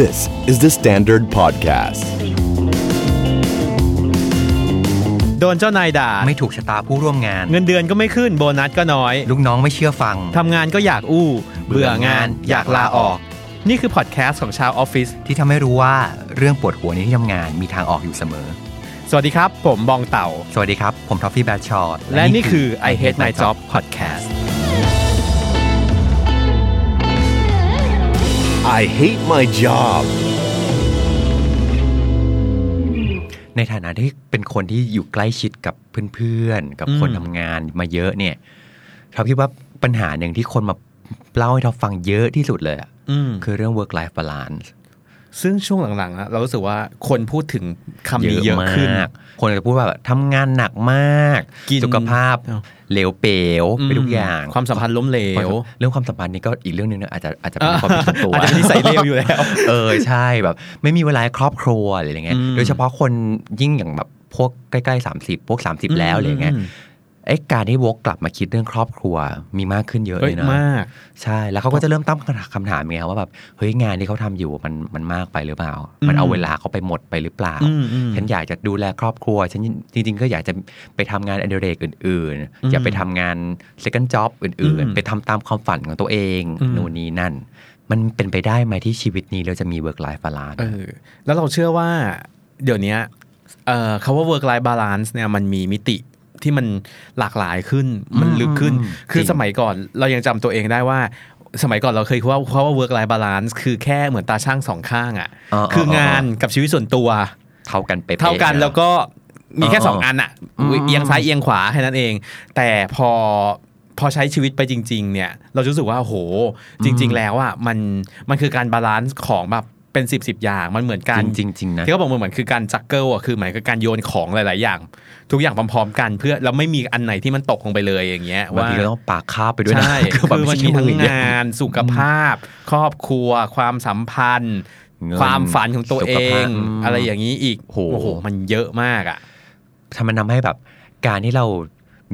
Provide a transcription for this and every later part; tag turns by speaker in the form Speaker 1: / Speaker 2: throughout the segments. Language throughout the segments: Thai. Speaker 1: This is the Standard Podcast.
Speaker 2: โดนเจ้านายด่า
Speaker 3: ไม่ถูกชะตาผู้ร่วมงาน
Speaker 2: เงินเดือนก็ไม่ขึ้นโบนัสก็น้อย
Speaker 3: ลูกน้องไม่เชื่อฟัง
Speaker 2: ทำงานก็อยากอู้
Speaker 3: เบื่
Speaker 2: เบื่
Speaker 3: อ
Speaker 2: อาง
Speaker 3: งาน น
Speaker 2: อยากลาออก นี่คือพอดแคสต์ของชาวออฟฟิศ
Speaker 3: ที่ทำให้รู้ว่าเรื่องปวดหัวในที่ทำงานมีทางออกอยู่เสมอ
Speaker 2: สวัสดีครับ ผมบองเต่า
Speaker 3: สวัสดีครับ ผมทอฟฟี่แบชชอร์
Speaker 2: และนี่คือ I Hate My Job Podcast
Speaker 1: I hate my job.
Speaker 3: ในฐานะที่เป็นคนที่อยู่ใกล้ชิดกับเพื่อนๆ กับคน
Speaker 2: อืม
Speaker 3: ทำงานมาเยอะเนี่ยทอฟคิดว่าปัญหาหนึ่งที่คนมาเล่าให้ทอฟฟังเยอะที่สุดเลยอะ
Speaker 2: อืม
Speaker 3: คือเรื่อง work life balance
Speaker 2: ซึ่งช่วงหลังๆอะเรารู้สึกว่าคนพูดถึงคำนี้เยอะขึ้น
Speaker 3: มากคนจะพูดว่าแบบทำงานหนักมาก
Speaker 2: กิน
Speaker 3: สุขภาพ
Speaker 2: เอ้า
Speaker 3: เหลวเป๋วไปทุกอย่าง
Speaker 2: ความสัมพันธ์ล้มเหลว
Speaker 3: เรื่องความสัมพันธ์นี่ก็อีกเรื่องหนึ่งนะอาจจะอาจจะเป็นความผิดส่วนตัว
Speaker 2: อาจจะเป็นนิสัยเลวอยู่แล้ว
Speaker 3: เออใช่แบบ ไม่มีเวลาให้ครอบครัวอะไรอย่างเงี้ย
Speaker 2: อืม
Speaker 3: โดยเฉพาะคนยิ่งอย่างแบบพวกใกล้ๆ 30 พวก 30 แล้วอะไรอย่างเงี้ย
Speaker 2: ม
Speaker 3: ไอ้การที่วกกลับมาคิดเรื่องครอบครัวมีมากขึ้นเยอะ
Speaker 2: เฮ้
Speaker 3: เลย ยนะ
Speaker 2: มาก
Speaker 3: ใช่แล้วเขาก็จะเริ่มตั้งคำถามไงว่าแบบเฮ้ยงานที่เขาทำอยู่มันมันมากไปหรือเปล่า มันเอาเวลาเขาไปหมดไปหรือเปล่า
Speaker 2: อืมอืม
Speaker 3: ฉันอยากจะดูแลครอบครัว ฉันจริงๆ ก็อยากจะไปทำงานอดิเรกอื่น
Speaker 2: อืม
Speaker 3: ๆ อยากไปทำงาน second job อื่น
Speaker 2: อืม
Speaker 3: ๆ ไปทำตามความฝันของตัวเอง
Speaker 2: อืม
Speaker 3: นู่นนี่นั่น มันเป็นไปได้ไหมที่ชีวิตนี้เราจะมี work life balance
Speaker 2: เออแล้วเราเชื่อว่าเดี๋ยวเนี้ยเอ่อคำว่า work life balance เนี่ยมันมีมิติที่มันหลากหลายขึ้นมันลึกขึ้น
Speaker 3: อืม
Speaker 2: คือ
Speaker 3: จริง
Speaker 2: สมัยก่อนเรายังจำตัวเองได้ว่า สมัยก่อนเราเคยคิดว่าคำว่า work life balance คือแค่เหมือนตาช่างสองข้างอะ
Speaker 3: เ
Speaker 2: คืองานกับชีวิตส่วนตัว
Speaker 3: เท่ากันไปะๆ
Speaker 2: เท่ากันแล้วก็มีแค่
Speaker 3: เออ
Speaker 2: สองอันอะ
Speaker 3: อืม
Speaker 2: เอียงซ้ายเอียงขวาแค่นั้นเอง แต่พอพอใช้ชีวิตไปจริง ๆ เนี่ย เราจะรู้สึกว่าโอ้โห จริง ๆ แล้วอะมันมันคือการบาลานซ์ของแบบเป็นสิบสิบอย่างมันเหมือนการ
Speaker 3: จริงๆจริงๆนะ
Speaker 2: ที่เขาบอกมันเหมือนคือการจักเกิลอ่ะคือหมายคือการโยนของหลาย ๆ อย่าง ทุกอย่างพร้อม ๆ กันเพื่อแล้วไม่มีอันไหนที่มันตกลงไปเลยอย่างเงี้ย
Speaker 3: บาง
Speaker 2: ว่า
Speaker 3: ทีก็ต้องปากคาบไปด้วยนะ
Speaker 2: ใช่
Speaker 3: คือแบบ
Speaker 2: คือมัน
Speaker 3: ไใช่
Speaker 2: มีทั้ง
Speaker 3: อื่
Speaker 2: งานสุขภาพ ครอบครัว ความสัมพันธ์
Speaker 3: เงิน
Speaker 2: ความฝันของตัวเอ
Speaker 3: สุขภาพ
Speaker 2: ง
Speaker 3: ม
Speaker 2: อะไรอย่างนี้อีก
Speaker 3: โห
Speaker 2: มันเยอะมากอ่ะ
Speaker 3: ทำมันทำให้แบบการที่เรา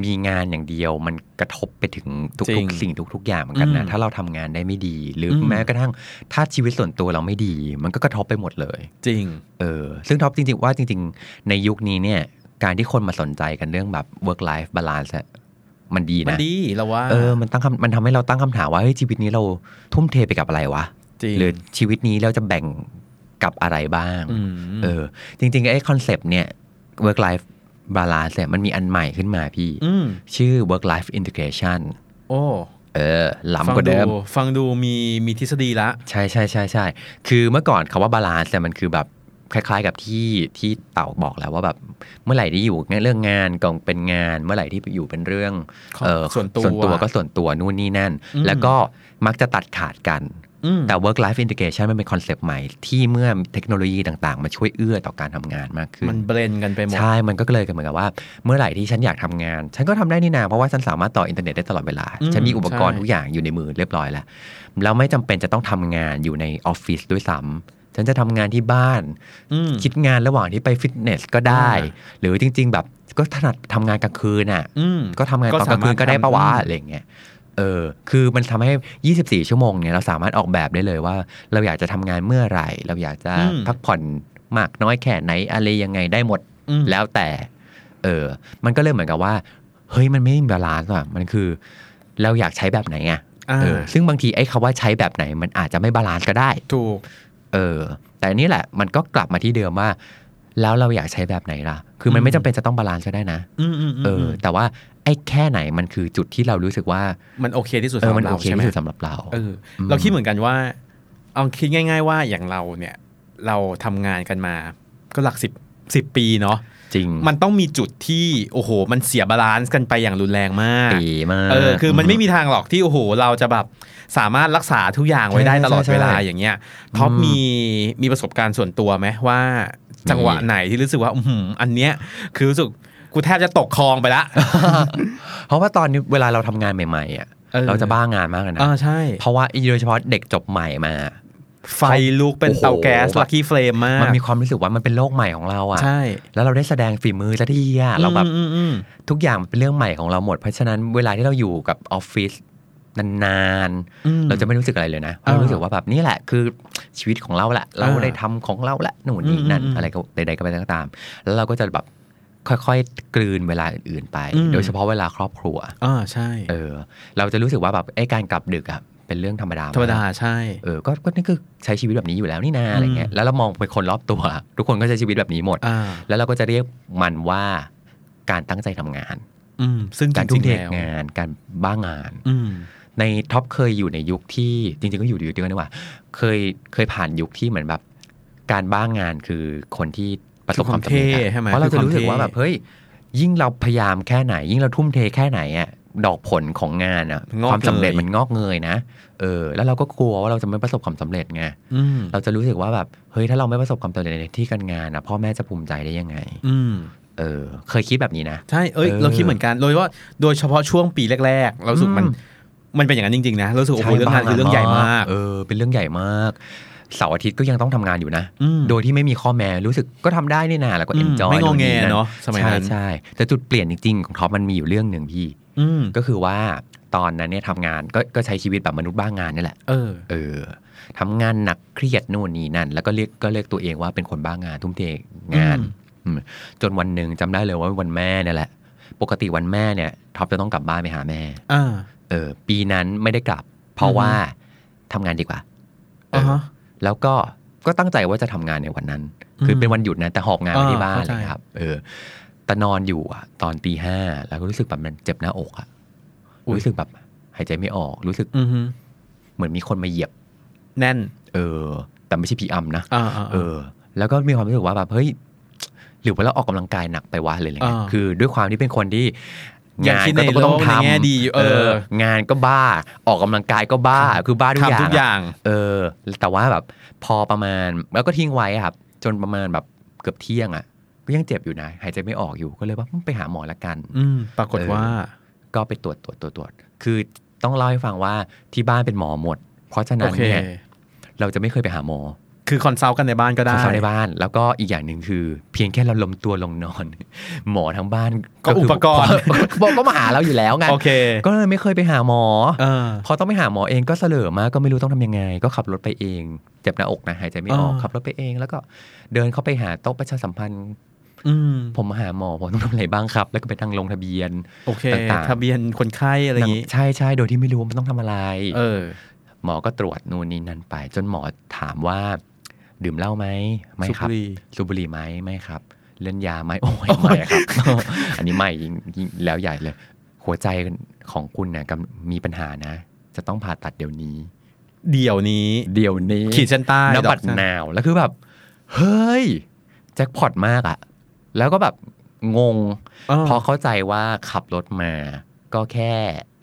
Speaker 3: มีงานอย่างเดียว มันกระทบไปถึงทุ
Speaker 2: จริ
Speaker 3: ก
Speaker 2: ง
Speaker 3: ๆสิ่งทุก ๆ อย่างเหมือนกันนะ
Speaker 2: อืม
Speaker 3: ถ้าเราทำงานได้ไม่ดี หรืออ
Speaker 2: ม
Speaker 3: แม้กระทั่งถ้าชีวิตส่วนตัวเราไม่ดี มันก็กระทบไปหมดเลย
Speaker 2: จริง
Speaker 3: เออ ซึ่งท็อปจริง ๆ ว่าจริง ๆ ในยุคนี้เนี่ย การที่คนมาสนใจกันเรื่องแบบ work life balance อะมันดี
Speaker 2: มัน
Speaker 3: นะ
Speaker 2: ดีเราว่า
Speaker 3: เออมันตั้งคำมันทำให้เราตั้งคำถามว่าเฮ้ยชีวิตนี้เราทุ่มเทไปกับอะไรวะ
Speaker 2: จริง
Speaker 3: หรือชีวิตนี้เราจะแบ่งกับอะไรบ้าง
Speaker 2: ม
Speaker 3: เออจริงๆไอ้คอนเซปต์เนี่ย work life balance เนี่ยมันมีอันใหม่ขึ้นมาพี่
Speaker 2: อืม
Speaker 3: ชื่อ work life integration
Speaker 2: โอ้
Speaker 3: เออล้ำ
Speaker 2: ฟั
Speaker 3: กว่าเดิม
Speaker 2: ฟังดูมีมีทฤษฎีละ
Speaker 3: ใช่ใช่ใช่ใช่คือเมื่อก่อนคาว่าบาลานซ์เนี่ยมันคือแบบคล้ายๆกับที่ที่เต่าบอกแล้วว่าแบบเมื่อไหร่ที่อยู่เรื่องงานก็เป็นงาน เมื่อไหร่ที่อยู่เป็นเรื่อง
Speaker 2: ของ
Speaker 3: เอ่อ
Speaker 2: ส่วนตัว
Speaker 3: ส่วนตัวก็ส่วนตัวนู่นนี่นั่น
Speaker 2: อืม
Speaker 3: แล้วก็มักจะตัดขาดกัน
Speaker 2: อืม
Speaker 3: แต่ work life integration มันเป็นคอนเซปต์ใหม่ที่เมื่อเทคโนโลยีต่างๆ มาช่วยเอื้อต่อการทำงานมากขึ้น
Speaker 2: มันเบรนกันไปหมด
Speaker 3: ใช่ มันก็เลยเหมือนกับว่า เมื่อไหร่ที่ฉันอยากทำงาน ฉันก็ทำได้นี่นา เพราะว่าฉันสามารถต่ออินเทอร์เน็ตได้ตลอดเวลา
Speaker 2: อืม
Speaker 3: ฉันมีอุปกรณ์
Speaker 2: ใช่
Speaker 3: ทุกอย่างอยู่ในมือเรียบร้อยแล้ว แล้วไม่จำเป็นจะต้องทำงานอยู่ในออฟฟิศด้วยซ้ำฉันจะทำงานที่บ้าน
Speaker 2: อืม
Speaker 3: คิดงานระหว่างที่ไปฟิตเนสก็ได้
Speaker 2: อ่
Speaker 3: หรือจริง ๆ แบบก็ถนัดทำงานกลางคืนอ่ะ
Speaker 2: อืม
Speaker 3: ก็ทำงานตอนกลางคืนก็ได้ปะวะ
Speaker 2: ก็สามารถทำ
Speaker 3: อะไรอย่างเงี้ย เออ คือมันทำให้ 24 ชั่วโมงเนี่ยเราสามารถออกแบบได้เลยว่า เราอยากจะทำงานเมื่อไหร่ เราอยากจะ
Speaker 2: อืม
Speaker 3: พักผ่อนมากน้อยแค่ไหนอะไรยังไงได้หมด
Speaker 2: อืม
Speaker 3: แล้วแต่ เออ มันก็เลยเหมือนกับว่า เฮ้ย มันไม่มีบาลานซ์ว่ะ มันคือ เราอยากใช้แบบไหนไง
Speaker 2: อ่า
Speaker 3: เออ ซึ่งบางทีไอ้คาว่าใช้แบบไหน มันอาจจะไม่บาลานซ์ก็ได้
Speaker 2: ถูก
Speaker 3: เออ แต่อันนี่แหละ มันก็กลับมาที่เดิมว่า แล้วเราอยากใช้แบบไหนล่ะ คือมันไม่จำเป็นจะต้องบาลานซ์ก็ได้นะ
Speaker 2: อืมอืมม
Speaker 3: เออ แต่ว่าไอ้แค่ไหนมันคือจุดที่เรารู้สึกว่า
Speaker 2: มันโอเคที่สุด
Speaker 3: เอ
Speaker 2: สำห
Speaker 3: อ
Speaker 2: รั
Speaker 3: มัน
Speaker 2: บ
Speaker 3: โอ
Speaker 2: เรา
Speaker 3: เค
Speaker 2: ใช่ไหม
Speaker 3: ที่สุดสำหรับเรา
Speaker 2: เอออ
Speaker 3: ม
Speaker 2: เราคิดเหมือนกันว่า เอาคิดง่าย ๆ ว่าอย่างเราเนี่ย เราทำงานกันมา ก็หลักสิบสิบปีเนาะ
Speaker 3: จริง
Speaker 2: มันต้องมีจุดที่โอ้โห มันเสียบาลานซ์กันไปอย่างรุนแรงมาก
Speaker 3: ปีมาก
Speaker 2: เออคือมันไม่มีทางหรอกที่โอ้โหเราจะแบบสามารถรักษาทุกอย่างไว้ได้
Speaker 3: ใช่
Speaker 2: ตลอดเวลา
Speaker 3: ใช่ใช่
Speaker 2: อย่างเงี้ยท็อปมีมีประสบการณ์ส่วนตัวไหมว่าจังหวะไหนที่รู้สึกว่าอือหืออันเนี้ยคือรู้สึกกูแทบจะตกคลองไปละ
Speaker 3: เพราะว่าตอนนี้เวลาเราทำงานใหม่ ๆ อ่ะ
Speaker 2: เออ
Speaker 3: เราจะบ้างานมากเลยนะ
Speaker 2: อ่าใช่
Speaker 3: เพราะว่าโดยเฉพาะเด็กจบใหม่มา
Speaker 2: ไฟลุกเป็นเตาแก๊ส
Speaker 3: โอ้โห
Speaker 2: ลักกี้เฟรมมาก
Speaker 3: มันมีความรู้สึกว่ามันเป็นโลกใหม่ของเราอ่ะ
Speaker 2: ใช่
Speaker 3: แล้วเราได้แสดงฝีมือซะทีอ่ะเราแบบ
Speaker 2: อืมอืมอืม
Speaker 3: ทุกอย่างมันเป็นเรื่องใหม่ของเราหมด เพราะฉะนั้นเวลาที่เราอยู่กับออฟฟิศ นาน
Speaker 2: อืม
Speaker 3: ๆ เราจะไม่รู้สึกอะไรเลยนะ
Speaker 2: อ่า
Speaker 3: เรารู้สึกว่าแบบนี่แหละคือชีวิตของเราแหละ เรา
Speaker 2: อ่า
Speaker 3: ได้ทำของเราแหละนู่นนี่นั่น
Speaker 2: อืมอืม
Speaker 3: อะไรก็ใดๆก็ไปก็ตาม แล้วเราก็จะแบบค่อยๆกลืนเวลาอื่นๆไป
Speaker 2: อืม
Speaker 3: โดยเฉพาะเวลาครอบครัว
Speaker 2: อ่าใช่
Speaker 3: เออ เราจะรู้สึกว่าแบบไอ้การกลับดึกอะเป็นเรื่องธรรมดา
Speaker 2: ธรรมดาใช่
Speaker 3: เออก็ก็นี่คือใช้ชีวิตแบบนี้อยู่แล้วนี่นาอะไรเงี้ยแล้วเรามองไปคนรอบตัว ทุกคนก็ใช้ชีวิตแบบนี้หมด
Speaker 2: อ่า
Speaker 3: แล้วเราก็จะเรียกมันว่าการตั้งใจทำงาน
Speaker 2: อืม ซึ่งจ
Speaker 3: การ
Speaker 2: ริ
Speaker 3: ทุ่ม
Speaker 2: ง
Speaker 3: เท
Speaker 2: ๆแล้ว
Speaker 3: งาน การบ้างงาน
Speaker 2: อืม
Speaker 3: ในท็อปเคยอยู่ในยุคที่จริงๆก็อยู่ยุคเดียวกันนี่หว่า เคยเคยผ่านยุคที่เหมือนแบบ การบ้างงานคือคนที่ประสบความสำเร็จ
Speaker 2: คือความเท่
Speaker 3: อะ
Speaker 2: ใช่ไหม
Speaker 3: เพราะเราจะรู้สึกว่า
Speaker 2: คือความเท่
Speaker 3: แบบเฮ้ยยิ่งเราพยายามแค่ไหน ยิ่งเราทุ่มเทแค่ไหนอะดอกผลของงานอะความสำเร็จมันงอกเงยนะเออ แล้วเราก็กลัวว่าเราจะไม่ประสบความสำเร็จไง
Speaker 2: อืม
Speaker 3: เราจะรู้สึกว่าแบบเฮ้ยถ้าเราไม่ประสบความสำเร็จในที่การงานอะพ่อแม่จะภูมิใจได้ยังไง
Speaker 2: อืม
Speaker 3: เออ เคยคิดแบบนี้นะ
Speaker 2: ใช่ เอ้ย
Speaker 3: เออ
Speaker 2: เราคิดเหมือนกัน โดยเฉพาะโดยเฉพาะช่วงปีแรกๆ เรารู้สึกมัน
Speaker 3: อืม
Speaker 2: มันเป็นอย่างนั้นจริงๆ นะเรารู้สึกโอ้โห
Speaker 3: ใช่
Speaker 2: เรื่องงานคือเรื่องใหญ่มาก
Speaker 3: เออ เป็นเรื่องใหญ่มาก เสาร์อาทิตย์ก็ยังต้องทำงานอยู่นะ
Speaker 2: อืม
Speaker 3: โดยที่ไม่มีข้อแม้รู้สึกก็ทำได้นี่นาแล้วก็
Speaker 2: อื
Speaker 3: เอ็
Speaker 2: ม
Speaker 3: นจอย
Speaker 2: ไม่งอแงเนาะ สมัย
Speaker 3: ใช่
Speaker 2: นั้น
Speaker 3: ใช่แต่จุดเปลี่ยนจริงๆ ของท็อปมันมีอยู่เรื่องหนึ่งพี่
Speaker 2: อืม
Speaker 3: ก็คือว่าตอนนั้นเนี่ยทำงานก็ก็ใช้ชีวิตแบบมนุษย์บ้างงานนี่แหละ
Speaker 2: เออ
Speaker 3: เออทำงานหนักเครียดนู่นนี่นั่น แล้วก็เรียกก็เรียกตัวเองว่าเป็นคนบ้างานทุ่มเทงาน
Speaker 2: อืม
Speaker 3: อืมจนวันหนึ่งจำได้เลยว่าวันแม่เนี่ยแหละ ปกติวันแม่เนี่ยท็อปจะต้องกลับบ้านไปหาแม่
Speaker 2: อ่า
Speaker 3: เออปีนั้นไม่ได้กลับ เพราะ
Speaker 2: อือฮึ
Speaker 3: ว่าทำงานดีกว่าเออ
Speaker 2: อ่า
Speaker 3: อ
Speaker 2: ฮะ
Speaker 3: แล้วก็ก็ตั้งใจว่าจะทำงานในวันนั้น คือ
Speaker 2: ม
Speaker 3: เป็นวันหยุดนะแต่หอบงานมา
Speaker 2: อ่า
Speaker 3: ที่บ้าน
Speaker 2: เข้า
Speaker 3: อะ
Speaker 2: ใจ
Speaker 3: ไรเลยครับ เออแต่นอนอยู่อะตอนตีห้าแล้วก็รู้สึกแบบมันเจ็บหน้าอกอะรู้สึกแบบหายใจไม่ออก รู้สึก
Speaker 2: อือฮึ
Speaker 3: เหมือนมีคนมาเหยียบ
Speaker 2: แน่น
Speaker 3: เออ แต่ไม่ใช่ผีอัมนะ
Speaker 2: อ่าอ่า
Speaker 3: เออ แล้วก็มีความรู้สึกว่าแบบเฮ้ยหรือว่าเราออกกำลังกายหนักไปวะเลยอะไรเงี้ย
Speaker 2: อ่า
Speaker 3: คือด้วยความที่เป็นคนที่
Speaker 2: ยัง
Speaker 3: งาน
Speaker 2: คิด
Speaker 3: ก็
Speaker 2: ใน
Speaker 3: ต้อ
Speaker 2: โลก
Speaker 3: ง
Speaker 2: ใน
Speaker 3: ท
Speaker 2: แง่ดีอยู่
Speaker 3: ำ
Speaker 2: เออ
Speaker 3: งานก็บ้าออกกำลังกายก็บ้าคือบ้าทุกอย่าง
Speaker 2: ทำทุก
Speaker 3: อะ
Speaker 2: อย่าง
Speaker 3: เออ แต่ว่าแบบพอประมาณแล้วก็ทิ้งไว้อะครับ จนประมาณแบบเกือบเที่ยงอะ่ะ ก็ยังเจ็บอยู่นะ หายใจไม่ออกอยู่ก็เลยว่าไปหาหมอละกัน
Speaker 2: อืม ปรากฏว่า
Speaker 3: ก็ไปตรวจตรวจตรวจตรวจคือต้องเล่าให้ฟังว่าที่บ้านเป็นหมอหมด เพราะฉะ
Speaker 2: โอ
Speaker 3: นั้น
Speaker 2: เค
Speaker 3: เนี่ยเราจะไม่เคยไปหาหมอ
Speaker 2: คือคอนซัลท์กันในบ้านก็ได้
Speaker 3: เช้าในบ้าน แล้วก็อีกอย่างหนึ่งคือ เพียงแค่เราล้มตัวลงนอน หมอทั้งบ้าน
Speaker 2: ก็อุปกรณ์
Speaker 3: บอกก็มา หาเราอยู่แล้วไง
Speaker 2: โอเค
Speaker 3: ก็เลยไม่เคยไปหาหมอ
Speaker 2: เออ
Speaker 3: พอต้องไปหาหมอเองก็เสลอมากก็ไม่รู้ต้องทำยังไง ก็ขับรถไปเองเจ็บหน้าอกนะหายใจไม่ออก
Speaker 2: อ่า
Speaker 3: ขับรถไปเองแล้วก็เดินเข้าไปหาโต๊ะประชาสัมพันธ์
Speaker 2: อืม
Speaker 3: ผมมาหาหมอผมต้องทำอะไรบ้างครับ แล้วก็ไปนั่งลงทะเบียน
Speaker 2: โอเค
Speaker 3: ต่างๆ
Speaker 2: ทะเบียนคนไข้อะไรอย่างงี้
Speaker 3: ใช่ใช่โดยที่ไม่รู้ว่ามันต้องทำอะไร
Speaker 2: เออ
Speaker 3: หมอก็ตรวจนู่นนี่นั่นไป จนหมอถามว่า ดื่มเหล้าไหมไม่
Speaker 2: สุ
Speaker 3: ครับ
Speaker 2: รี
Speaker 3: สูบบุหรี่ไหมไม่ครับ เล่นยาไหมโอ้ยไม่ ครับ อันนี้ไม่ยิ่งยิ่งแล้วใหญ่เลย หัวใจของคุณเนี่ยกำมีปัญหานะ จะต้องผ่าตัดเดี๋ยวนี้
Speaker 2: เดี๋ยวนี้
Speaker 3: เดี๋ยวนี้
Speaker 2: ขีดเส้นใต้
Speaker 3: นบั
Speaker 2: ดอก
Speaker 3: ต
Speaker 2: จัน
Speaker 3: นาว แล้วคือแบบ เฮ้ย แจ็คพอตมากอะแล้วก็แบบงง
Speaker 2: อ่า
Speaker 3: พอเข้าใจว่าขับรถมา ก็แค่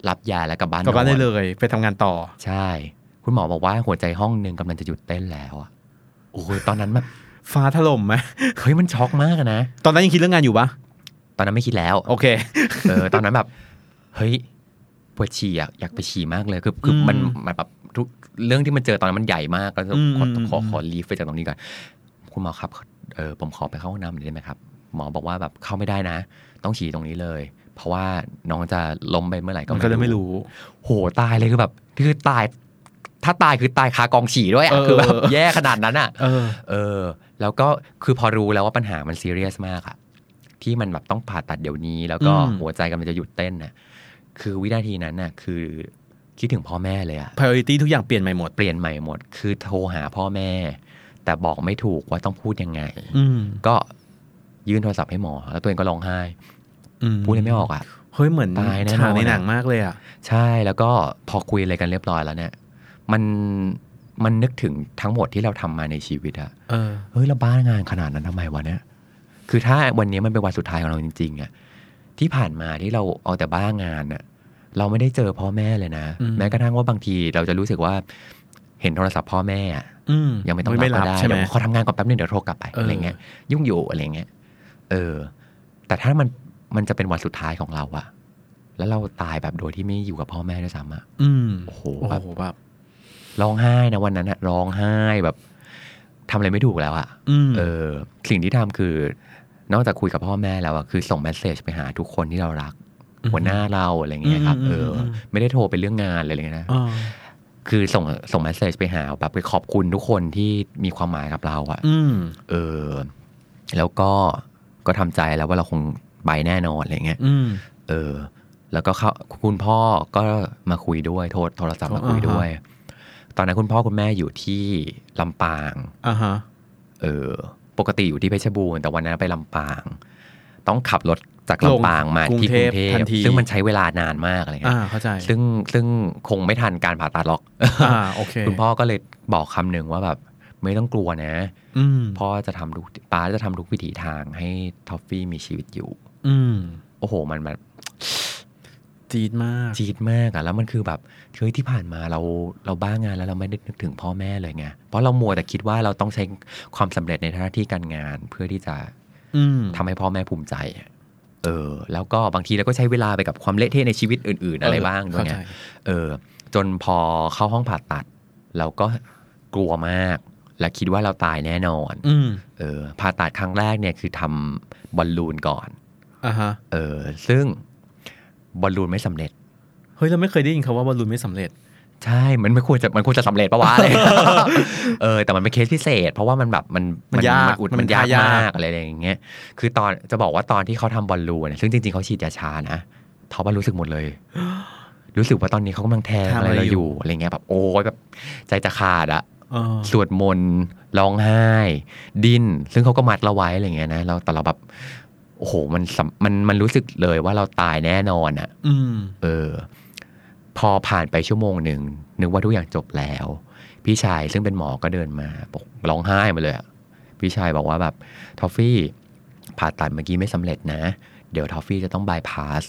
Speaker 3: รับยาแล้วกลับบ้าน
Speaker 2: กลับบ้าน
Speaker 3: อ
Speaker 2: ได้เลย ไปทำงานต่อ
Speaker 3: ใช่ คุณหมอบอกว่าหัวใจห้องหนึ่งกำลังจะหยุดเต้นแล้วอะโอ้ยตอนนั้นแบบ
Speaker 2: ฟ้าถล่มไหม
Speaker 3: เฮ้ยมันช็อกมากอะนะ
Speaker 2: ตอนนั้นยังคิดเรื่องงานอยู่ปะ
Speaker 3: ตอนนั้นไม่คิดแล้ว
Speaker 2: โอเค
Speaker 3: เออ ตอนนั้นแบบ เฮ้ยปวดฉี่อะอยากไปฉี่มากเลย คือคืออ
Speaker 2: ม
Speaker 3: มันมันแบบทุกเรื่องที่มันเจอตอนนั้นมันใหญ่มากแล้ว
Speaker 2: อืม
Speaker 3: ขอ
Speaker 2: อืม
Speaker 3: ขอ
Speaker 2: อืม
Speaker 3: ขอลีฟไปจากตรงนี้ก่อนคุณหมอครับเออผมขอไปเข้าห้องน้ำหน่อยได้ไหมครับ หมอบอกว่าแบบเข้าไม่ได้นะ ต้องฉี่ตรงนี้เลย เพราะว่าน้องจะล้มไปเมื่อไหร่ก็
Speaker 2: มันก็เลยไม่รู้
Speaker 3: โหตายเลยคือแบบคือตาย ถ้าตายคือตายคากองฉี่ด้วยอะ
Speaker 2: เออ
Speaker 3: คือแบบ
Speaker 2: เออ
Speaker 3: แย่ขนาดนั้นอะ
Speaker 2: เออ
Speaker 3: เออ แล้วก็คือพอรู้แล้วว่าปัญหามันซีเรียสมากอะที่มันแบบต้องผ่าตัดเดี๋ยวนี้ แล้วก็
Speaker 2: อืม
Speaker 3: หัวใจกำลังจะหยุดเต้นน่ะคือวินาทีนั้นน่ะ คือคิดถึงพ่อแม่เลยอะ
Speaker 2: priority ทุกอย่างเปลี่ยนใหม่หมด
Speaker 3: เปลี่ยนใหม่หมด คือโทรหาพ่อแม่ แต่บอกไม่ถูกว่าต้องพูดยังไง
Speaker 2: อืม
Speaker 3: ก็ยื่นโทรศัพท์ให้หมอ แล้วตัวเองก็ร้องไห้
Speaker 2: ม
Speaker 3: พูดอะไรไม่ออกอะ
Speaker 2: เฮ้ยเหมือน
Speaker 3: ตายแน่นอน
Speaker 2: ฉากในหนังมากเลยอ่ะ
Speaker 3: ใช่แล้วก็พอคุยอะไรกันเรียบร้อยแล้วเนี่ย มันมันนึกถึงทั้งหมดที่เราทำมาในชีวิตอะ
Speaker 2: เออ
Speaker 3: เฮ้ยเราบ้างานขนาดนั้นทำไมวะเนี่ย คือถ้าวันนี้มันเป็นวันสุดท้ายของเราจริงๆอะที่ผ่านมาที่เราเอาแต่บ้างานอะเราไม่ได้เจอพ่อแม่เลยนะ
Speaker 2: อืม
Speaker 3: แม้กระทั่งว่าบางทีเราจะรู้สึกว่า เห็นโทรศัพท์พ่อแม่อะ
Speaker 2: อืม
Speaker 3: ยังไม่ต้อง
Speaker 2: ไม่
Speaker 3: รั
Speaker 2: รั
Speaker 3: บบ ก็ได้
Speaker 2: ใช่ไหม
Speaker 3: เดี๋ยวขอทำงานก่อนแป๊บนึงเดี๋ยวโทรกลับไป
Speaker 2: เอออ
Speaker 3: อะไรเงี้ยยุ่งอยู่อะไรเงี้ยเออ แต่ถ้ามันมันจะเป็นวันสุดท้ายของเราอะแล้วเราตายแบบโดยที่ไม่อยู่กับพ่อแม่ด้วยซ้ำอะ
Speaker 2: อืม
Speaker 3: โอ้โห
Speaker 2: โอ้โหแบบ
Speaker 3: ร้องไห้นะวันนั้นอะร้องไห้แบบทำอะไรไม่ถูกแล้วอะ
Speaker 2: อืม
Speaker 3: เออสิ่งที่ทำคือ นอกจากคุยกับพ่อแม่แล้วอะคือส่งเมสเซจไปหาทุกคนที่เรารัก หัวหน้าเราอะไรเงี้ยครับ
Speaker 2: อื
Speaker 3: เอ
Speaker 2: มอืม
Speaker 3: ออ
Speaker 2: ม
Speaker 3: ไม่ได้โทรไปเรื่องงานอะไรเลยนะ
Speaker 2: อ่า
Speaker 3: คือส่งส่งเมสเซจไปหาแบบไปขอบคุณทุกคนที่มีความหมายกับเราอะ
Speaker 2: อืม
Speaker 3: เออ แล้วก็ก็ทำใจแล้วว่าเราคงไปแน่นอนอะไรเงี้ย
Speaker 2: อืม
Speaker 3: เออ แล้วก็เข้าคุณพ่อก็มาคุยด้วยโทรโทรศัพท์มาคุยด้วย ตอนนั้นคุณพ่อคุณแม่อยู่ที่ลำปาง
Speaker 2: อ่าฮะ
Speaker 3: เออ ปกติอยู่ที่เพชรบูรณ์แต่วันนั้นไปลำปาง ต้องขับรถจากลำปางมาที่กรุงเทพ
Speaker 2: กรุงเทพทันที
Speaker 3: ซึ่งมันใช้เวลานานมากอะไร
Speaker 2: อ่า
Speaker 3: เงี้ย
Speaker 2: เข้าใจ
Speaker 3: ซึ่งซึ่งคงไม่ทันการผ่าตัดหรอก
Speaker 2: อ่าโอเค
Speaker 3: คุณพ่อก็เลยบอกคำหนึ่งว่าแบบ ไม่ต้องกลัวนะ
Speaker 2: อืม
Speaker 3: พ่อจะทำทุกป้าจะทำทุกวิถีทางให้ท็อฟฟี่มีชีวิตอยู่
Speaker 2: อืม
Speaker 3: โอ้โห มันแบบ
Speaker 2: จีดมาก
Speaker 3: จี๊ดมากอะแล้วมันคือแบบเฮ้ยที่ผ่านมาเราเราบ้างานแล้วเราไม่ได้นึกถึงพ่อแม่เลยไงเพราะเรามัวแต่คิดว่าเราต้องใช้ความสำเร็จในหน้าที่การงาน เพื่อที่จะ
Speaker 2: อืม
Speaker 3: ทำให้พ่อแม่ภูมิใจอะเออ แล้วก็บางทีเราก็ใช้เวลาไปกับความเละเทะในชีวิตอื่น ๆ อะไรบ้างด้วยไง
Speaker 2: เข้ใจ
Speaker 3: เออ จนพอเข้าห้องผ่าตัด เราก็กลัวมาก และคิดว่าเราตายแน่นอน
Speaker 2: อืม
Speaker 3: เออผ่าตัดครั้งแรกเนี่ยคือทำบอลลูนก่อน
Speaker 2: อ่าฮะ
Speaker 3: เออ ซึ่งบอลลูนไม่สำเร็จ
Speaker 2: เฮ้ย เราไม่เคยได้ยินคำว่าบอลลูนไม่สำเร็จ
Speaker 3: ใช่ มันไม่ควรจะ มันควรจะสำเร็จ ปะวะ เลย เออ แต่มันเป็นเคสพิเศษ เพราะว่ามันแบบ มัน
Speaker 2: มันยาก
Speaker 3: มันอุด
Speaker 2: มั
Speaker 3: มัน นยาก
Speaker 2: ทายาม
Speaker 3: าก กอะไรอย่างเงี้ย คือตอน จะบอกว่าตอนที่เขาทำบอลลูนเนี่ยซึ่งจริงๆเขาฉีดยาชานะท็อปอะรู้สึกหมดเลย รู้สึกว่าตอนนี้เขากำลังแทงอะไรเราอยู่ อะไรเงี้ย แบบ โอ้ยแบบ ใจจะขาดอะ
Speaker 2: เออ
Speaker 3: สวดมนต์ร้องไห้ ดิ้น ซึ่งเขาก็มัดเราไว้อะไรอย่างเงี้ยนะ เราแต่เราแบบ โอ้โห มันสำมัน มันรู้สึกเลยว่าเราตายแน่นอนอะ
Speaker 2: อืม
Speaker 3: เออ พอผ่านไปชั่วโมงหนึ่งนึกว่าทุกอย่างจบแล้ว พี่ชายซึ่งเป็นหมอก็เดินมาบอกร้องไห้มาเลยอะพี่ชายบอกว่าแบบทอฟฟี่ผ่าตัดเมื่อกี้ไม่สำเร็จนะ เดี๋ยวทอฟฟี่จะต้องบายพาส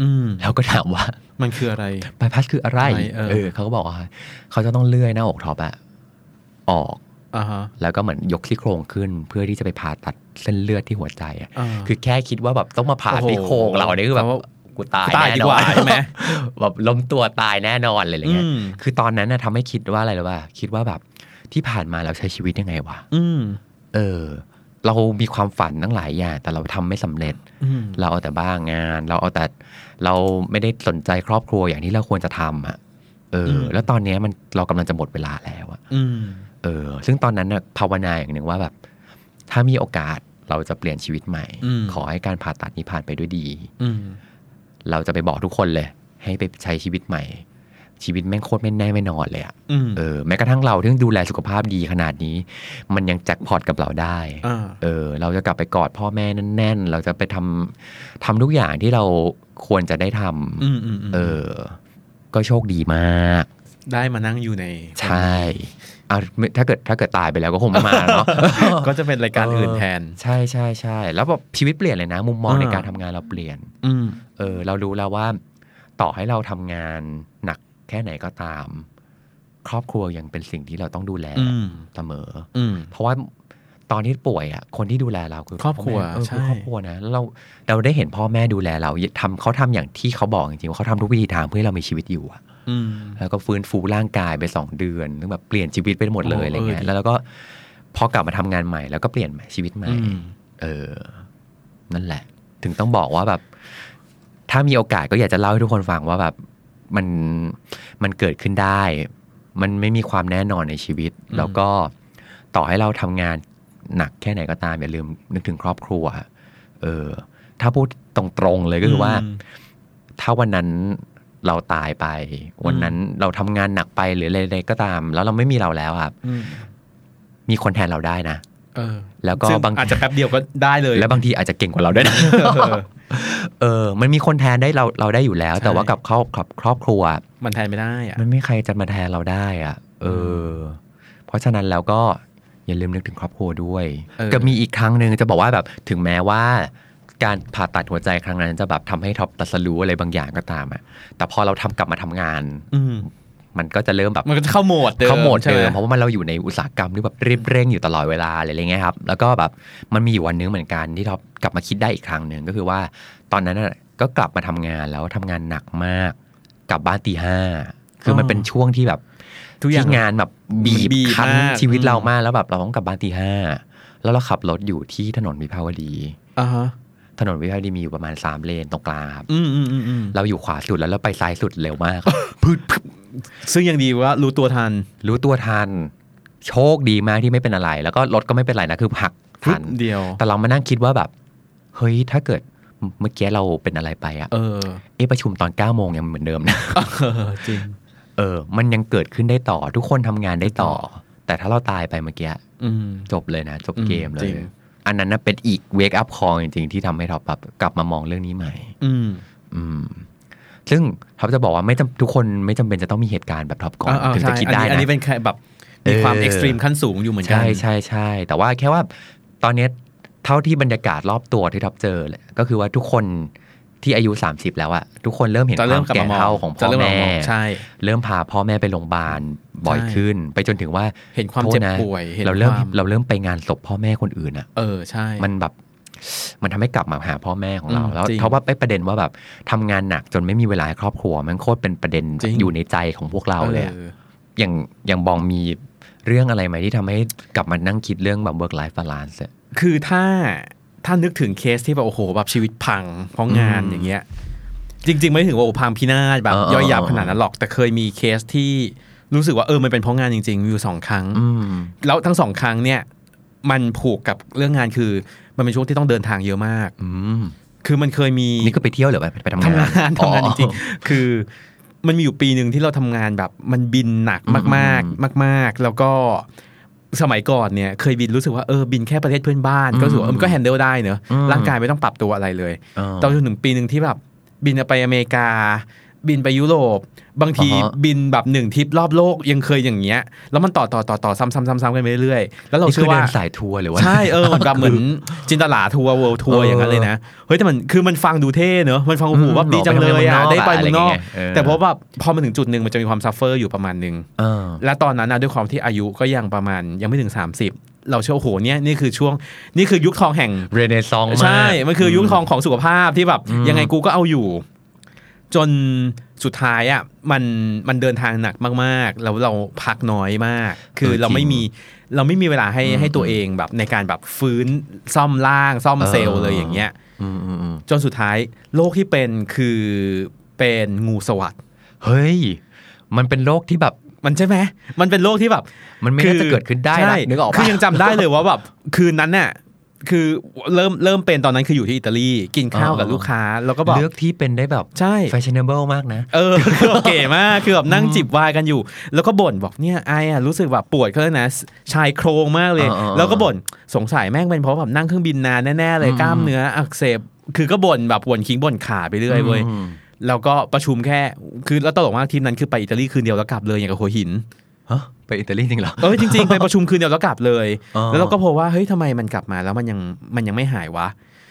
Speaker 2: อืม
Speaker 3: แล้วก็ถามว่า
Speaker 2: มันคืออะไร
Speaker 3: บายพาสคืออะไร
Speaker 2: อะไรเออ
Speaker 3: เออเขาก็บอกว่า เขาจะต้องเลื่อยหน้าอกท็อปอะออก
Speaker 2: อ่าฮะ
Speaker 3: แล้วก็เหมือนยกซี่โครงขึ้น เพื่อที่จะไปผ่าตัดเส้นเลือดที่หัวใจอะ
Speaker 2: า
Speaker 3: คือแค่คิดว่าแบบต้องมาผ่า
Speaker 2: โอ้โห
Speaker 3: ซี่โครงเราเนี่ยคือแบบ
Speaker 2: เพราะ
Speaker 3: กูตาย
Speaker 2: ตาย
Speaker 3: แน่
Speaker 2: ดี
Speaker 3: น
Speaker 2: ก
Speaker 3: อ
Speaker 2: ว่าน ใช่ไหม
Speaker 3: แบบล้มตัวตายแน่นอนเลยอะไรเงี้ย
Speaker 2: อืม
Speaker 3: คือตอนนั้นนะทำให้คิดว่าอะไรหรือว่า คิดว่าแบบที่ผ่านมาเราใช้ชีวิตยังไงวะ
Speaker 2: อืม
Speaker 3: เออ เรามีความฝันตั้งหลายอย่าง แต่เราทำไม่สำเร็จ
Speaker 2: อืม
Speaker 3: เราเอาแต่บ้างงาน เราเอาแต่เราไม่ได้สนใจครอบครัวอย่างที่เราควรจะทำอ่ะ เอออ
Speaker 2: ม
Speaker 3: แล้วตอนเนี้ยมันเรากำลังจะหมดเวลาแล้วอะ
Speaker 2: อืม
Speaker 3: เออ ซึ่งตอนนั้นน่ะภาวนาอย่างหนึ่งว่าแบบ ถ้ามีโอกาสเราจะเปลี่ยนชีวิตใหม่
Speaker 2: อืม
Speaker 3: ขอให้การผ่าตัดนี้ผ่านไปด้วยดี
Speaker 2: อืม
Speaker 3: เราจะไปบอกทุกคนเลย ให้ไปใช้ชีวิตใหม่ ชีวิตแม่งโคตรไม่แน่ไม่นอนเลยอะ
Speaker 2: อืม
Speaker 3: เออแม้กระทั่งเราที่ดูแลสุขภาพดีขนาดนี้ มันยังแจ็คพอตกับเราได้
Speaker 2: อ่า
Speaker 3: เออ เราจะกลับไปกอดพ่อแม่แน่นๆ เราจะไปทำทำทุกอย่างที่เราควรจะได้ทำ
Speaker 2: อืมอืมอืม
Speaker 3: เออ ก็โชคดีมาก
Speaker 2: ได้มานั่งอยู่ใน
Speaker 3: ใช่เอาถ้าเกิดถ้าเกิดตายไปแล้วก็คงไม่มา เนาะ
Speaker 2: ก็จะเป็นรายการอื่นแทน
Speaker 3: ใช่ใช่ใช่แล้วแบบชีวิตเปลี่ยนเลยนะ มุมมอง
Speaker 2: อ่า
Speaker 3: ในการทำงานเราเปลี่ยน
Speaker 2: อืม
Speaker 3: เออเรารู้แล้วว่าต่อให้เราทำงานหนักแค่ไหนก็ตาม ครอบครัวยังเป็นสิ่งที่เราต้องดูแล
Speaker 2: อืม
Speaker 3: เสมอ
Speaker 2: อืม
Speaker 3: เพราะว่าตอนที่ป่วยอ่ะคนที่ดูแลเราคือ
Speaker 2: ครอบครัว
Speaker 3: พ่แม่เออ
Speaker 2: ใช่
Speaker 3: คือครอบครัวนะแล้วเราเราได้เห็นพ่อแม่ดูแลเราทำเขาทำอย่างที่เขาบอกจริงๆว่าเขาทำทุกวิธีทางเพื่อให้เรามีชีวิตอยู่อะ
Speaker 2: อืม
Speaker 3: แล้วก็ฟื้นฟูร่างกายไปสองเดือนแล้วแบบเปลี่ยนชีวิตไปหมดเลย
Speaker 2: โอ้
Speaker 3: อะไรเงี้
Speaker 2: เอ
Speaker 3: ย
Speaker 2: อดี
Speaker 3: แล้วเราก็พอกลับมาทำงานใหม่แล้วก็เปลี่ยนใหม่ชีวิตใหม่
Speaker 2: อืม
Speaker 3: เออ นั่นแหละ ถึงต้องบอกว่าแบบ ถ้ามีโอกาสก็อยากจะเล่าให้ทุกคนฟังว่าแบบ มันมันเกิดขึ้นได้ มันไม่มีความแน่นอนในชีวิต
Speaker 2: อืม
Speaker 3: แล้วก็ต่อให้เราทำงานหนักแค่ไหนก็ตาม อย่าลืมนึกถึงครอบครัว เออ ถ้าพูดตรงๆเลยก็คือว่า ถ้าวันนั้นเราตายไป วันนั้นเราทำงานหนักไปหรืออะไรๆก็ตาม แล้วเราไม่มีเราแล้วครับ
Speaker 2: อืม
Speaker 3: มีคนแทนเราได้นะ
Speaker 2: เออ
Speaker 3: แล้วก็
Speaker 2: ซึ่
Speaker 3: บาง
Speaker 2: อาจจะแป๊บเดียวก็ได้เลย
Speaker 3: และบางทีอาจจะเก่งกว่าเราด้วยนะ เออ มันมีคนแทนได้เราเราได้อยู่แล้ว
Speaker 2: ใช่
Speaker 3: แต่ว่ากับครอบครอบครอบครัว
Speaker 2: มันแทนไม่ได้อ่ะ
Speaker 3: มันไม่มีใครจะมาแทนเราได้อ่ะ เออ เพราะฉะนั้นแล้วก็อย่าลืมนึกถึงครอบครัวด้วย
Speaker 2: เออ
Speaker 3: ก็มีอีกครั้งหนึ่งจะบอกว่าแบบถึงแม้ว่า การผ่าตัดหัวใจครั้งนั้นจะแบบทำให้ท็อปตรัสรู้อะไรบางอย่างก็ตามอ่ะ แต่พอเราทำกลับมาทำงาน
Speaker 2: อืม
Speaker 3: มันก็จะเริ่มแบบ
Speaker 2: มันก็จะเข้าโหมดเดิม
Speaker 3: เขาโหมด
Speaker 2: ใช่
Speaker 3: เดิ
Speaker 2: ไห
Speaker 3: มเพราะว่ามันเราอยู่ในอุตสาหกรรมที่แบบรีบเร่งอยู่ตลอดเวลาอะไรอย่างเงี้ยครับ แล้วก็แบบมันมีอยู่วันนึงเหมือนกันที่ท็อปกลับมาคิดได้อีกครั้งหนึ่งก็คือว่า ตอนนั้นน่ะก็กลับมาทำงานแล้วทำงานหนักมาก กลับบ้านตีห้าคือมันเป็นช่วงที่แบบ
Speaker 2: ทุกอย่าง
Speaker 3: ที่งานแบบบี
Speaker 2: มันบี
Speaker 3: บบคั้น
Speaker 2: มาก
Speaker 3: ชีวิตเรา
Speaker 2: อืม
Speaker 3: มากแล้วแบบเราต้องกลับบ้านตีห้าแล้วเราขับรถอยู่ที่ถนนวิภาวดี
Speaker 2: อ่าฮะ
Speaker 3: ถนนวิภาวดีมีอยู่ประมาณ 3 เลนตรงกลางครับ
Speaker 2: อืมอืมอืมอืม
Speaker 3: เราอยู่ขวาสุดแล้วเราไปซ้ายสุดเร็วมาก
Speaker 2: ซึ่งยังดีว่ารู้ตัวทัน
Speaker 3: รู้ตัวทัน โชคดีมากที่ไม่เป็นอะไร แล้วก็รถก็ไม่เป็นไรนะคือหักทัน
Speaker 2: เดียว
Speaker 3: แต่เรามานั่งคิดว่าแบบ เฮ้ยถ้าเกิดเมื่อกี้เราเป็นอะไรไปอะ
Speaker 2: เออ
Speaker 3: เอะประชุมตอน9ก้าโมงยังเหมือนเดิมนะ
Speaker 2: จริง
Speaker 3: เออ มันยังเกิดขึ้นได้ต่อ ทุกคนทำงานได้ต่อ แต่ถ้าเราตายไปเมื่อกี้
Speaker 2: อืม
Speaker 3: จบเลยนะ จบเกมเล
Speaker 2: จริ
Speaker 3: ย
Speaker 2: ง
Speaker 3: อันนั้นนะเป็นอีกเวกอัพคอ l จริง ๆ ที่ทำให้ท็อปแบบกลับมามองเรื่องนี้ใหม่
Speaker 2: อืม
Speaker 3: อืม ซึ่งท็อปจะบอกว่าไม่จำทุกคนไม่จำเป็นจะต้องมีเหตุการณ์แบบท็อปก่อน
Speaker 2: เาๆ
Speaker 3: ถึงจะ
Speaker 2: ใช่
Speaker 3: คิดได้
Speaker 2: อันนี้อัน
Speaker 3: นะ
Speaker 2: นี้เป็นแค่แบบมีความ
Speaker 3: เออ
Speaker 2: เอ็กซ์ตรีมขั้นสูงอยู่เหมือนกัน
Speaker 3: ใช่ใช่ใช่แต่ว่าแค่ว่าตอนเนี้ยเท่าที่บรรยากาศรอบตัวที่ท็อปเจอแหละก็คือว่าทุกคนที่อายุ 30 แล้วอะทุกคนเริ่มเห็นค
Speaker 2: จะเริ่
Speaker 3: วาม ม
Speaker 2: กลับ
Speaker 3: แก่
Speaker 2: มามอง
Speaker 3: เท่าของพ่
Speaker 2: จะ
Speaker 3: อ
Speaker 2: เริ่ม
Speaker 3: แม่
Speaker 2: กลับมามองใช่
Speaker 3: เริ่มพาพ่อแม่ไปโรงพยาบาลบ่อย
Speaker 2: ใช่
Speaker 3: ขึ้น ไปจนถึงว่า
Speaker 2: เห็นความ
Speaker 3: โทษ
Speaker 2: เจ็บ
Speaker 3: นะ
Speaker 2: ป่วยเห็น
Speaker 3: เราเริ่ม
Speaker 2: คว
Speaker 3: เราเริ่มไปงานศพพ่อแม่คนอื่นอะ
Speaker 2: เออใช่
Speaker 3: มันแบบมันทำให้กลับมาหาพ่อแม่ของเรา
Speaker 2: อืม
Speaker 3: แล้ว
Speaker 2: จริง
Speaker 3: เพราะว่าไปประเด็นว่าแบบทำงานหนักจนไม่มีเวลาให้ครอบครัว มันโคตรเป็นประเด็น
Speaker 2: จริง
Speaker 3: อยู่ในใจของพวกเราเลยอะ
Speaker 2: ออ
Speaker 3: อย่างอย่างบองมีเรื่องอะไรไหมที่ทำให้กลับมานั่งคิดเรื่องแบบ work life balance อะ
Speaker 2: คือถ้าถ้านึกถึงเคสที่แบบโอ้โหแบบชีวิตพังเพราะงาน
Speaker 3: อืม
Speaker 2: อย่างเงี้ย จริง ๆ ไม่ถึงว่าโอ้โหพังพินาศแบบ
Speaker 3: เออเออ
Speaker 2: ย่อยยับขนาดนั้นหรอกแต่เคยมีเคสที่รู้สึกว่าเออมันเป็นเพราะงานจริงๆมีอยู่สองครั้ง
Speaker 3: อืม
Speaker 2: แล้วทั้งสองครั้งเนี่ยมันผูกกับเรื่องงานคือมันเป็นช่วงที่ต้องเดินทางเยอะมาก
Speaker 3: อืม
Speaker 2: คือมันเคยมี
Speaker 3: นี่ก็ไปเที่ยวหรือไปไปทำงาน
Speaker 2: ทำงานทำงาน
Speaker 3: อ๋
Speaker 2: จ
Speaker 3: อ
Speaker 2: ริงๆ คือมันมีอยู่ปีหนึ่งที่เราทำงานแบบ มันบินหนัก
Speaker 3: อืม
Speaker 2: มาก
Speaker 3: อืม
Speaker 2: ๆ มาก ๆ แล้วก็สมัยก่อนเนี่ยเคยบินรู้สึกว่าเออบินแค่ประเทศเพื่อนบ้าน
Speaker 3: อืม
Speaker 2: ก็รู้สึกว่าเออมันก็แฮนเดิลได้เนอะ
Speaker 3: อืม
Speaker 2: ร่างกายไม่ต้องปรับตัวอะไรเลย
Speaker 3: เออ
Speaker 2: ตอนจนถึงปีหนึ่งที่แบบบินไปอเมริกา บินไปยุโรป บางที
Speaker 3: อ่าฮะ
Speaker 2: บินแบบหนึ่งทริปรอบโลกยังเคยอย่างเงี้ย แล้วมันต่อต่อต่อต่อซ้ำซ้ำซ้ำซ้ำกันไปเรื่อยๆแล้วเรา
Speaker 3: นี่
Speaker 2: เชื่
Speaker 3: คือ
Speaker 2: อ
Speaker 3: เดิ
Speaker 2: ว่า
Speaker 3: นสายทัวร์หรือว่า
Speaker 2: ใช่เอ อเหมือนแบบเหมือนจินตลาทัวร์เวิลด์ทัวร์
Speaker 3: เออ
Speaker 2: อ
Speaker 3: อย่าง
Speaker 2: นั้นเลยนะเฮ้ยแต่มันคือมันฟังดูเท่เนอะมันฟังโอ้โห
Speaker 3: อืม
Speaker 2: ว่าดีจังเลยอ่ะ
Speaker 3: เรา
Speaker 2: ได้
Speaker 3: ไป
Speaker 2: ไป
Speaker 3: เมื
Speaker 2: เมือง งน
Speaker 3: อนอ
Speaker 2: อกก
Speaker 3: อะไรอย่างเงี้ยเออ
Speaker 2: แต่เพราะแบบพอมาถึงจุดหนึ่งมันจะมีความซัฟเฟอร์อยู่ประมาณหนึ่ง
Speaker 3: เออ
Speaker 2: และตอนนั้นนะด้วยความที่อายุก็ยังประมาณยังไม่ถึง 30 เราเชื่อโอ้โหเนี่ยนี่คือช่วงนี่คือยุคทองแห่ง
Speaker 3: เรเนซองส์มาก
Speaker 2: ใช่ มันคือยุคทองของสุขภาพที่แบบ
Speaker 3: อืม
Speaker 2: ยังไงกูก็เอาอยู่ จนสุดท้ายอ่ะมันมันเดินทางหนักมาก ๆ แล้วเราพักน้อยมาก คือเราไม่มีเราไม่มีเวลาให้ให้ตัวเองแบบในการแบบฟื้นซ่อมร่างซ่อมเซลล์เลยอย่างเงี้ย
Speaker 3: อืมอืมอืม
Speaker 2: จนสุดท้ายโรคที่เป็นคือเป็นงูสวัสด
Speaker 3: เฮ้ย มันเป็นโรคที่แบบ
Speaker 2: มันใช่ไหมมันเป็นโรคที่แบบ
Speaker 3: มันไม่น่าจะเกิดขึ้นได้นะ
Speaker 2: ใช่
Speaker 3: นึกออกปะ
Speaker 2: คือยังจำได้เลยว่าแบบ คืนนั้นน่ะคือเริ่มเริ่มเป็นตอนนั้นคืออยู่ที่อิตาลีกินข้าวกับลูกค้าแล้วก็บอก
Speaker 3: เลือกที่เป็นได้แบบ
Speaker 2: ใช่
Speaker 3: แฟชั่นเบิลมากนะ
Speaker 2: เออ คือแบบเก๋มากคือแบบนั่งจิบไวายกันอยู่ แล้วก็บ่นบอกเนี่ยไออะรู้สึกแบบปวดเขาเลยกนะชายโครงมากเลย
Speaker 3: เออเออ
Speaker 2: แล้วก็บ่นสงสัยแม่งเป็นเพราะแบบนั่งเครื่องบินนานแน่ ๆ เลย
Speaker 3: อืม
Speaker 2: กล้ามเนื้ออักเสบคือก็บ่นแบบบ่นคิงบ่นขาไปเรื่อยเว้ย
Speaker 3: อืม
Speaker 2: แล้วก็ประชุมแค่คือแล้วตลกมากทีมนั้นคือไปอิตาลีคืนเดียวแล้วกลับเลยอย่างกับหัวหิน
Speaker 3: ฮะไปอิตาลีจริงเหรอ
Speaker 2: เออจริงๆ ไปประชุมคืนเดียวแล้วกลับเลย
Speaker 3: อ๋อ
Speaker 2: แล้วเราก็พบว่าเฮ้ยทำไมมันกลับมาแล้วมันยังมันยังไม่หายวะ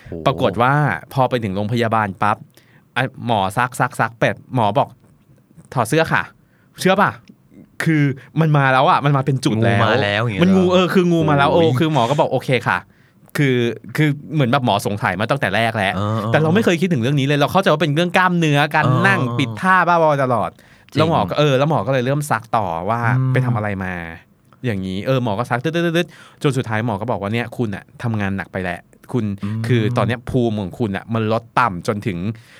Speaker 3: โอ้โห
Speaker 2: ปรากฏว่าพอไปถึงโรงพยาบาลปั๊บอ่ะหมอซักซักซักเป็ดหมอบอก ถอดเสื้อค่ะ เชื่อป่ะ คือมันมาแล้วอ่ะมันมาเป็นจุด
Speaker 3: งู
Speaker 2: แล้ว
Speaker 3: มาแล้วอย่างเงี้ย
Speaker 2: มันงู
Speaker 3: หร
Speaker 2: เออคืองูมาแล้วโอ้
Speaker 3: โอ้ย
Speaker 2: คือหมอก็บอกโอเคค่ะ คือคือเหมือนแบบหมอสงสัยมาตั้งแต่แรกแล้ว
Speaker 3: เออเออ
Speaker 2: แต่เราไม่เคยคิดถึงเรื่องนี้เลยเราเข้าใจว่าเป็นเรื่องกล้ามเนื้อการ
Speaker 3: เออ
Speaker 2: นั่งปิดท่าบ้าบอตลอด
Speaker 3: จริง
Speaker 2: แล้วหมอก็เออแล้วหมอก็เลยเริ่มซักต่อว่า
Speaker 3: อืม
Speaker 2: ไปทำอะไรมา อย่างนี้เออหมอก็ซักตึ๊ดตึ๊ดตึ๊ดจนสุดท้ายหมอก็บอกว่าเนี่ยคุณอะทำงานหนักไปแหละคุณ
Speaker 3: อืม
Speaker 2: คือตอนเนี้ยภูมิของคุณอะมันลดต่ำจนถึง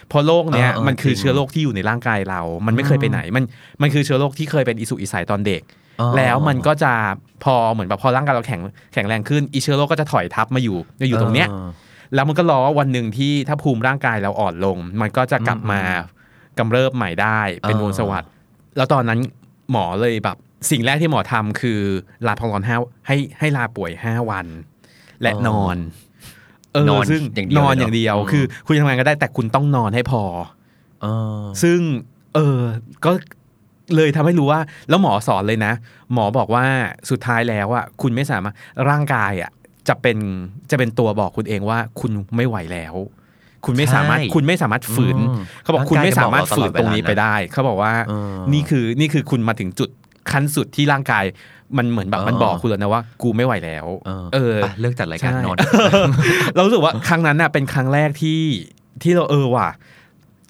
Speaker 2: เพราะโรคเนี้ย
Speaker 3: เออเออ
Speaker 2: มันคือ
Speaker 3: จริง
Speaker 2: เชื้อโรคที่อยู่ในร่างกายเรา มันไม่เคยไปไหนมันมันคือเชื้อโรคที่เคยเป็นอิสุอิสัยตอนเด็ก
Speaker 3: อ๋อ
Speaker 2: แล้วมันก็จะพอเหมือนแบบพอร่างกายเราแข็งแข็งแรงขึ้นอีเชื้อโรคก็จะถอยทับมาอยู่มาอยู่ตรงเนี้ย
Speaker 3: ออ
Speaker 2: แล้วมันก็รอว่าวันหนึ่งที่ถ้าภูมิร่างกายเราอ่อนลง มันก็จะกลับมา
Speaker 3: อื
Speaker 2: กำเริบใหม่ได้เป็น
Speaker 3: เอ
Speaker 2: ว
Speaker 3: อ
Speaker 2: งสวัสด์แล้วตอนนั้นหมอเลยแบบ สิ่งแรกที่หมอทำคือลาพักร้อนห้าให้ให้ลาป่วยห้าวัน และนอน เออน
Speaker 3: อน
Speaker 2: ซึ่ง
Speaker 3: อย่างเดียวน
Speaker 2: อนอ
Speaker 3: เลยเหรอ
Speaker 2: ย่างเดียว
Speaker 3: อืม
Speaker 2: คือ คุณทำงานก็ได้แต่คุณต้องนอนให้พอ
Speaker 3: เออ
Speaker 2: ซึ่งเออก็เลยทำให้รู้ว่า แล้วหมอสอนเลยนะ หมอบอกว่าสุดท้ายแล้วอ่ะคุณไม่สามารถร่างกายอ่ะจะเป็นจะเป็นตัวบอกคุณเองว่าคุณไม่ไหวแล้ว คุณไม่สามารถคุณไม่สามารถฝืน
Speaker 3: อืม
Speaker 2: เขาบอก
Speaker 3: ง
Speaker 2: คุณ
Speaker 3: ย
Speaker 2: ไม่สามารถ
Speaker 3: จะ
Speaker 2: ฝื
Speaker 3: บอน กเ
Speaker 2: ตรงนี้ไปได้ เขาบอกว่า
Speaker 3: เออ
Speaker 2: นี่คือนี่คือคุณมาถึงจุดขั้นสุดที่ร่างกาย มันเหมือนแบบมัน
Speaker 3: เออ
Speaker 2: บอกคุณแล้วนะว่า กูไม่ไหวแล้ว
Speaker 3: เออ
Speaker 2: เออ
Speaker 3: ไปเลิกจัดรายการ
Speaker 2: ใช่
Speaker 3: นอน
Speaker 2: เรารู้สึกว่าครั้งนั้นน่ะเป็นครั้งแรกที่ที่เราเออว่ะ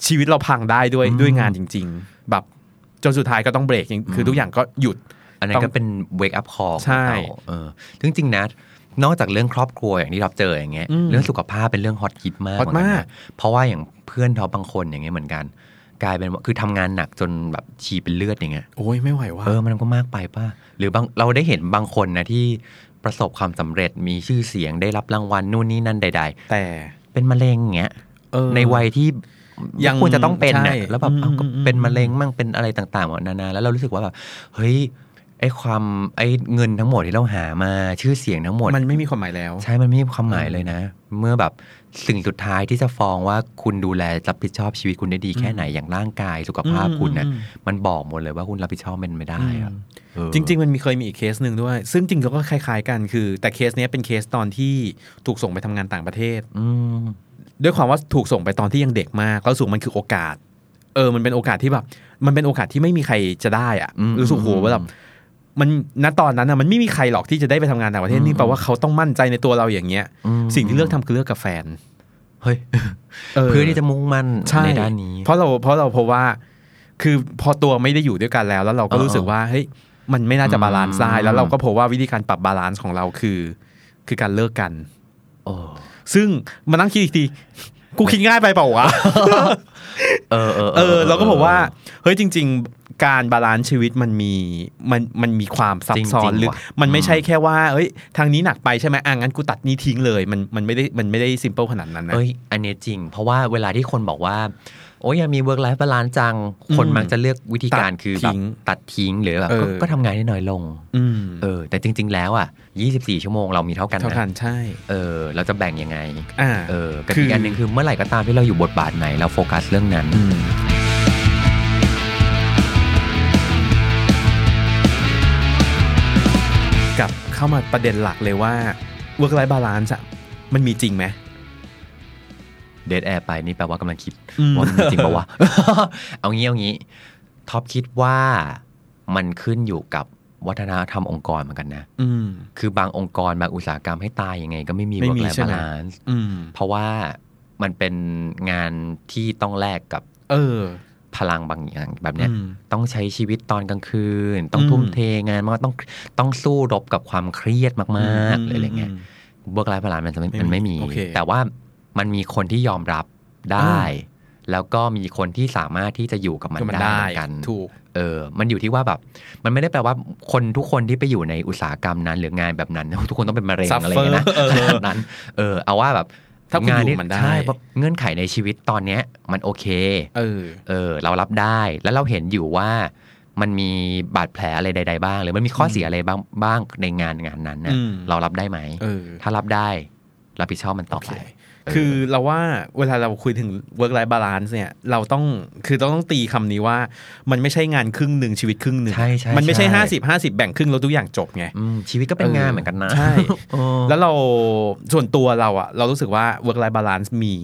Speaker 2: ชีวิตเราพังได้ด้วย
Speaker 3: อืม
Speaker 2: ด้วยงานจริง ๆ แบบจนสุดท้ายก็ต้องเบรกจริงคือทุกอย่างก็หยุด
Speaker 3: อันนั้นก็เป็น wake up call ของ
Speaker 2: ใช่
Speaker 3: เราเออซึ่งจริงๆนะ นอกจากเรื่องครอบครัวอย่างที่เราเจออย่างเงี้ย
Speaker 2: อืม
Speaker 3: เรื่องสุขภาพเป็นเรื่องฮอตฮิตมาก
Speaker 2: ฮอต
Speaker 3: เหนน
Speaker 2: มาก
Speaker 3: นะเพราะว่าอย่างเพื่อนเราบางคนอย่างเงี้ยเหมือนกัน กลายเป็นว่าคือทำงานหนักจนแบบฉี่เป็นเลือดอย่างเงี้ย
Speaker 2: โอ้ยไม่ไหวว่ะ
Speaker 3: เออ มันก็มากไปป่ะ หรือบางเราได้เห็นบางคนนะที่ประสบความสำเร็จมีชื่อเสียงได้รับรางวัลนู่นนี่นั่นใด
Speaker 2: แต่
Speaker 3: ๆ เป็นมะเร็งอย่างเงี้ย
Speaker 2: เออ
Speaker 3: ในวัยที่
Speaker 2: ยั
Speaker 3: ยัง
Speaker 2: ง
Speaker 3: ควรจะต้องเป็นน่ะ
Speaker 2: ใช่
Speaker 3: แล้วแบบเอ้าก็
Speaker 2: อืมอืม
Speaker 3: เป็นมะเร็งมั่งเป็นอะไรต่างๆหมดนานาแล้วเรารู้สึกว่าแบบเฮ้ยไอ้ความไอ้เงินทั้งหมดที่เราหามาชื่อเสียงทั้งหมด
Speaker 2: มันไม่มีความหมายแล้ว
Speaker 3: ใช่ มันไม่มีความหมาย
Speaker 2: เออ
Speaker 3: เลยนะ เมื่อแบบสิ่งสุดท้ายที่จะฟ้องว่าคุณดูแลรับผิดชอบชีวิตคุณได้ดีแค่ไหนอย่างร่างกายสุขภาพคุณนะ
Speaker 2: อืมอืมอืม
Speaker 3: มันบอกหมดเลยว่าคุณรับผิดชอบมันไม่ได้อะเออ
Speaker 2: จริง ๆ มันมีเคยมีอีกเคสหนึ่งด้วย ซึ่งจริงๆก็คล้าย ๆ กันคือ แต่เคสเนี้ยเป็นเคสตอนที่ถูกส่งไปทำงานต่างประเทศ
Speaker 3: อืม
Speaker 2: ด้วยความว่าถูกส่งไปตอนที่ยังเด็กมากเราสูงมันคือโอกาส เออ มันเป็นโอกาสที่แบบ มันเป็นโอกาสที่ไม่มีใครจะได้อะ
Speaker 3: อืม
Speaker 2: รู้สึกโหว่าแบบมันณตอนนั้นอะมันไม่มีใครหรอกที่จะได้ไปทำงานต่างประเทศ
Speaker 3: อืม
Speaker 2: นี่แปลว่าเขาต้องมั่นใจในตัวเราอย่างเงี้ย
Speaker 3: อืม
Speaker 2: สิ่งที่เลือกทำคือเลือกกับแฟน
Speaker 3: เฮ้ยเพื่อที่จะมุ่งมั่น
Speaker 2: ใช่
Speaker 3: ในด้านนี้
Speaker 2: เพราะเราเพราะเราเพราะว่า คือพอตัวไม่ได้อยู่ด้วยกันแล้ว แล้วเราก็
Speaker 3: เออ
Speaker 2: รู้สึกว่าเฮ้ยมันไม่น่าจะบาลานซ์ได้
Speaker 3: อืม
Speaker 2: แล้วเราก็พบว่าวิธีการปรับบาลานซ์ของเราคือ คือการเลิกกัน
Speaker 3: โอ้
Speaker 2: ซึ่งมานั่งคิดอีกทีกูคิดง่ายไปเปล่าวะ
Speaker 3: เออเออ
Speaker 2: เออเราก็บอกว่าเฮ้ยจริง ๆ การบาลานซ์ชีวิตมันมีมันมันมีความซับซ้อน
Speaker 3: จริงๆ
Speaker 2: ลึก
Speaker 3: ว่ะ
Speaker 2: มันไม่ใช่แค่ว่าเอ้ย ทางนี้หนักไปใช่ไหมอ่ะงั้นกูตัดนี้ทิ้งเลย มันมันไม่ได้มันไม่ได้ซิมเปิลขนาดนั้นนะ
Speaker 3: เอ้ย อันเนี้ยจริง เพราะว่าเวลาที่คนบอกว่า โอ้ยอยากมีเวิร์กไลฟ์บาลานซ์จัง
Speaker 2: อืม
Speaker 3: คนมักจะเลือกวิธีกา
Speaker 2: ตั
Speaker 3: ร
Speaker 2: ด
Speaker 3: คือแบบ
Speaker 2: ทิ้ง
Speaker 3: ตัดทิ้งหรือแบบ
Speaker 2: เออ
Speaker 3: ก็ก็ทำงานให้น้อยลง
Speaker 2: อืม
Speaker 3: เออ แต่จริง ๆ แล้วอ่ะ 24 ชั่วโมงเรามีเท่ากัน
Speaker 2: เท่า
Speaker 3: นะ
Speaker 2: กันใช่
Speaker 3: เออ เราจะแบ่งยังไง
Speaker 2: อ่า
Speaker 3: เออกับ
Speaker 2: คือ
Speaker 3: อี
Speaker 2: อี
Speaker 3: กอันหนึ่งคือเมื่อไหร่ก็ตามที่เราอยู่บทบาทไหนเราโฟกัสเรื่องนั้น
Speaker 2: มกลับเข้ามาประเด็นหลักเลยว่า work life balance อะมันมีจริงไหม
Speaker 3: เดทแอร์ไปนี่แปลว่ากำลังคิด
Speaker 2: อืม
Speaker 3: ว่ามันจริงปะวะ เอางี้เอางี้ท็อปคิดว่ามันขึ้นอยู่กับวัฒนธรรมองค์กรเหมือนกันนะ
Speaker 2: อืม
Speaker 3: คือบางองค์กรบางอุตสาหกรรมให้ตายยังไง ก็ไม่มี
Speaker 2: ไม่
Speaker 3: เวิร์
Speaker 2: มี
Speaker 3: กไล
Speaker 2: ใช่
Speaker 3: บา
Speaker 2: ไหม
Speaker 3: ลานซ์
Speaker 2: อืม
Speaker 3: เพราะว่ามันเป็นงานที่ต้องแลกกับ
Speaker 2: เออ
Speaker 3: พลังบางอย่างแบบเนี้ย
Speaker 2: อืม
Speaker 3: ต้องใช้ชีวิตตอนกลางคืน ต้องทุ่ม
Speaker 2: อืม
Speaker 3: เทงานมากต้องต้องสู้รบกับความเครียดมากๆเลยอะไรเงี้ย
Speaker 2: ม
Speaker 3: เวิร์กไลฟ์บาลานซ์มันจะไม่
Speaker 2: ไม่มี
Speaker 3: มันไม่มี
Speaker 2: โอเค
Speaker 3: แต่ว่ามันมีคนที่ยอมรับได้
Speaker 2: อ่า
Speaker 3: แล้วก็มีคนที่สามารถที่จะอยู่กับมัน
Speaker 2: ก็มันได้
Speaker 3: ได้เหมือนกัน
Speaker 2: ถูก
Speaker 3: เออ มันอยู่ที่ว่าแบบ มันไม่ได้แปลว่าคนทุกคนที่ไปอยู่ในอุตสาหกรรมนั้น หรืองานแบบนั้น ทุกคนต้องเป็นมะเร็ง
Speaker 2: Suffer
Speaker 3: อะไรอย่างเงี้ยนะ
Speaker 2: เออ
Speaker 3: ขนาดนั้น เออ เอาว่าแบบ
Speaker 2: ถ้าคุณ
Speaker 3: น
Speaker 2: อยู่
Speaker 3: ที่
Speaker 2: มันได้
Speaker 3: ใช่เพราะเงื่อนไขในชีวิตตอนเนี้ย มันโอเค
Speaker 2: เออ
Speaker 3: เออ เรารับได้แล้วเราเห็นอยู่ว่า มันมีบาดแผลอะไรใด ๆ บ้าง หรือมันมีข้อเสียอะไรบ้างบ้างในงานงานนั้นน่ะ
Speaker 2: อืม
Speaker 3: เรารับได้ไหม
Speaker 2: เออ
Speaker 3: ถ้ารับได้ รับผิดชอบมันต่อไป เออ
Speaker 2: คือเราว่าเวลาเราคุยถึง work life balance เนี่ย เราต้องคือต้องต้องตีคำนี้ว่า มันไม่ใช่งานครึ่งหนึ่งชีวิตครึ่งหนึ่ง
Speaker 3: ใช่ใช่
Speaker 2: มันไม่ใช่
Speaker 3: ใช่
Speaker 2: 50 50 แบ่งครึ่งแล้วทุกอย่างจบไง
Speaker 3: อืมชีวิตก็เป็นงานเหมือนกันนะ
Speaker 2: ใช่
Speaker 3: เออ
Speaker 2: แล้วเราส่วนตัวเราอะเรารู้สึกว่า work life balance มี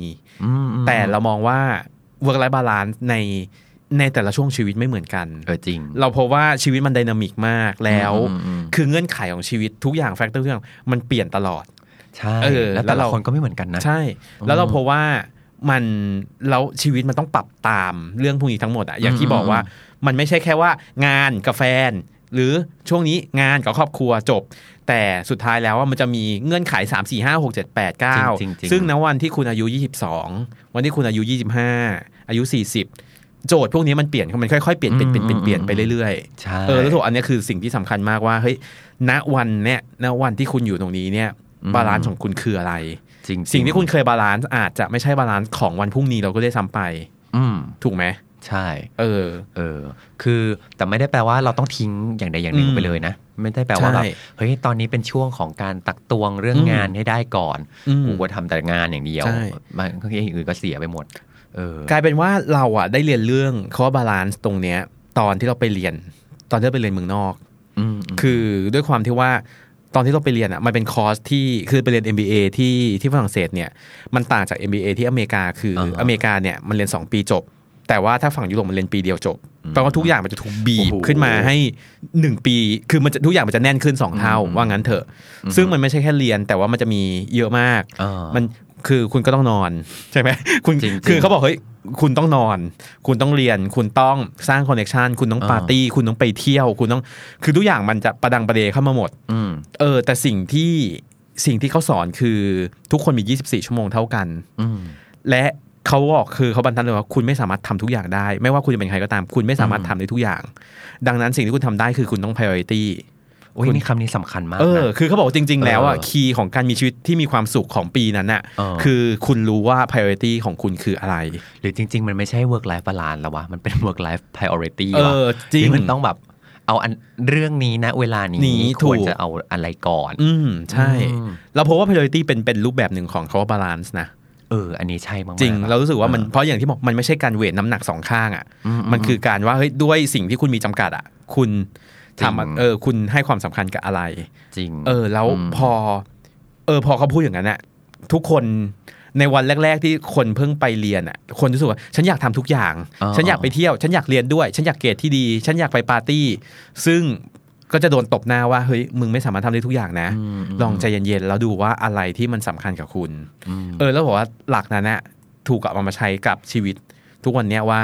Speaker 3: อืมอืม
Speaker 2: แต่เรามองว่า work life balance ในในแต่ละช่วงชีวิตไม่เหมือนกัน
Speaker 3: เออจริง
Speaker 2: เราพบว่าชีวิตมันไดินามิกมากแล้ว
Speaker 3: อืมอืมอืม
Speaker 2: คือเงื่อนไขของชีวิตทุกอย่างแฟกเตอร์ทุกอย่างมันเปลี่ยนตลอด
Speaker 3: ใช่
Speaker 2: เออ
Speaker 3: แล้ว
Speaker 2: แล้
Speaker 3: แต่
Speaker 2: ว
Speaker 3: ละ
Speaker 2: เรา
Speaker 3: คนก็ไม่เหมือนกันนะ
Speaker 2: ใช่ แล้ว
Speaker 3: อืม
Speaker 2: เราพบว่ามันแล้วชีวิตมันต้องปรับตามเรื่องพวกนี้ทั้งหมดอะอย่างที่
Speaker 3: อืม
Speaker 2: บอกว่า มันไม่ใช่แค่ว่างานกับแฟน หรือช่วงนี้งานกับครอบครัวจบ แต่สุดท้ายแล้วว่ามันจะมีเงื่อนไข 3 4 5 6 7 8
Speaker 3: จริงๆจริ
Speaker 2: 9
Speaker 3: งๆ
Speaker 2: ซึ่งณวันที่คุณอายุ 22 วันที่คุณอายุ 25 อายุ 40 โจทย์พวกนี้มันเปลี่ยนมันค่อยๆเปลี่ยนเปลี่ยนเปลี่ยนเปลี่ยนเปลี่ยนไปเรื่อยๆ
Speaker 3: ใช่
Speaker 2: เออแล้วถูกอันเนี้ยคือสิ่งที่สำคัญมากว่าเฮ้ยณวันเนี้ยณวันที่คุณอยู่ตรงนี้เนี่ยบาลานซ์ของคุณคืออะไร
Speaker 3: จริงๆ
Speaker 2: สิ่งที่คุณเคยบาลานซ์อาจจะไม่ใช่บาลานซ์ของวันพรุ่งนี้เราก็ได้ซ้ำไป
Speaker 3: อืม
Speaker 2: ถูกไหม
Speaker 3: ใช่
Speaker 2: เออ
Speaker 3: เออ คือแต่ไม่ได้แปลว่าเราต้องทิ้งอย่างใดอย่างหนึ่ง
Speaker 2: อืม
Speaker 3: ไปเลยนะ ไม่ได้แปลว่าแบบ
Speaker 2: ใช่
Speaker 3: เฮ้ยตอนนี้เป็นช่วงของการตักตวงเรื่อง
Speaker 2: อืม
Speaker 3: งานให้ได้ก่อน
Speaker 2: อืม
Speaker 3: กูก็ทำแต่งานอย่างเดียว
Speaker 2: ใช่
Speaker 3: มันก็อย่างอื่นก็เสียไปหมด เออ
Speaker 2: กลายเป็นว่าเราอ่ะได้เรียนเรื่องข้อบาลานซ์ตรงเนี้ย ตอนที่เราไปเรียน ตอนที่เราไปเรียนเมืองนอก
Speaker 3: อืมม
Speaker 2: คือด้วยความที่ว่าตอนที่เราไปเรียนอ่ะมันเป็นคอร์สที่คือไปเรียน MBA ที่ที่ฝรั่งเศสเนี่ยมันต่างจาก MBA ที่อเมริกาคืออ
Speaker 3: อฮะ
Speaker 2: อเมริกาเนี่ยมันเรียน 2 ปีจบ แต่ว่าถ้าฝั่งยุโรปมันเรียนปีเดียวจบแปลว่าทุกอย่างมันจะถูกบีบ
Speaker 3: โอ้โห
Speaker 2: ขึ้นมาให้ 1 ปี คือมันจะทุกอย่างมันจะแน่นขึ้น 2 เท่า ว่างั้นเถอะ ซึ่งมันไม่ใช่แค่เรียนแต่ว่ามันจะมีเยอะมาก
Speaker 3: อ่ามั
Speaker 2: มันคือคุณก็ต้องน อนใช่ไหมคุณ
Speaker 3: จริงๆ
Speaker 2: คือเขาบอกเฮ้ยคุณต้องนอน คุณต้องเรียน คุณต้องสร้างคอนเนคชันคุณต้องปาร์ตี้คุณต้องไปเที่ยวคุณต้อง คือทุกอย่างมันจะประดังประเดเข้ามาหมด
Speaker 3: อืม
Speaker 2: เออ แต่สิ่งที่ สิ่งที่เขาสอนคือทุกคนมี 24 ชั่วโมงเท่ากัน
Speaker 3: อืม
Speaker 2: และเขาบอกคือเขาบรรทัดเลยว่าคุณไม่สามารถทำทุกอย่างได้ ไม่ว่าคุณจะเป็นใครก็ตาม คุณไม่สามารถทำได้ทุกอย่าง ดังนั้นสิ่งที่คุณทำได้คือคุณต้อง priority
Speaker 3: โอ้ย
Speaker 2: คุณ
Speaker 3: นี่คำนี้สำคัญมาก
Speaker 2: เอ
Speaker 3: นะ
Speaker 2: อ คือเขาบอกว่าจริง ๆ แล้วอ่ะ
Speaker 3: เออ
Speaker 2: คีย์ของการมีชีวิตที่มีความสุขของปีนั้นน่ะ
Speaker 3: เออ
Speaker 2: คือคุณรู้ว่า priority ของคุณคืออะไร
Speaker 3: หรือจริง ๆ มันไม่ใช่ work life balance แล้ววะ มันเป็น work life priority
Speaker 2: เอ
Speaker 3: วะ
Speaker 2: อจริง
Speaker 3: ที่มันต้องแบบ เอาอันเรื่องนี้นะ เวลานี้
Speaker 2: หนี
Speaker 3: ค
Speaker 2: ถูก
Speaker 3: วรจะเอาอะไรก่อน
Speaker 2: อืม ใช่
Speaker 3: อืม
Speaker 2: เราพบว่า priority เป็นเป็นรูปแบบหนึ่งของเขาว่า balance นะ
Speaker 3: เออ อันนี้ใช่มากๆ
Speaker 2: จริง
Speaker 3: นะ
Speaker 2: เรารู้สึกว่ามันเพราะอย่างที่บอกมันไม่ใช่การเวทน้ำหนักสองข้างอ่ะ
Speaker 3: อืม
Speaker 2: มันคือการว่าเฮ้ยด้วยสิ่งที่คุณมีจำกัดอ่ะ คุณทำอะ
Speaker 3: จริง
Speaker 2: เออ คุณให้ความสำคัญกับอะไร
Speaker 3: จริง
Speaker 2: เออ แล้ว
Speaker 3: อืม
Speaker 2: พอ เออ พอเขาพูดอย่างนั้นอ่ะทุกคนในวันแรก ๆ ที่คนเพิ่งไปเรียนอ่ะ คนรู้สึกว่าฉันอยากทำทุกอย่าง ฉันอยากไปเที่ยว ฉันอยากเรียนด้วย ฉันอยากเกรดที่ดี ฉันอยากไปปาร์ตี้ ซึ่งก็จะโดนตบหน้าว่าเฮ้ยมึงไม่สามารถทำได้ทุกอย่างนะ
Speaker 3: ม
Speaker 2: ลองใจเย็นๆแล้วดูว่าอะไรที่มันสำคัญกับคุณ
Speaker 3: อืม
Speaker 2: เออแล้วบอกว่าหลักนั้นน่ะถูกเอามาใช้กับชีวิต ทุกวันเนี้ยว่า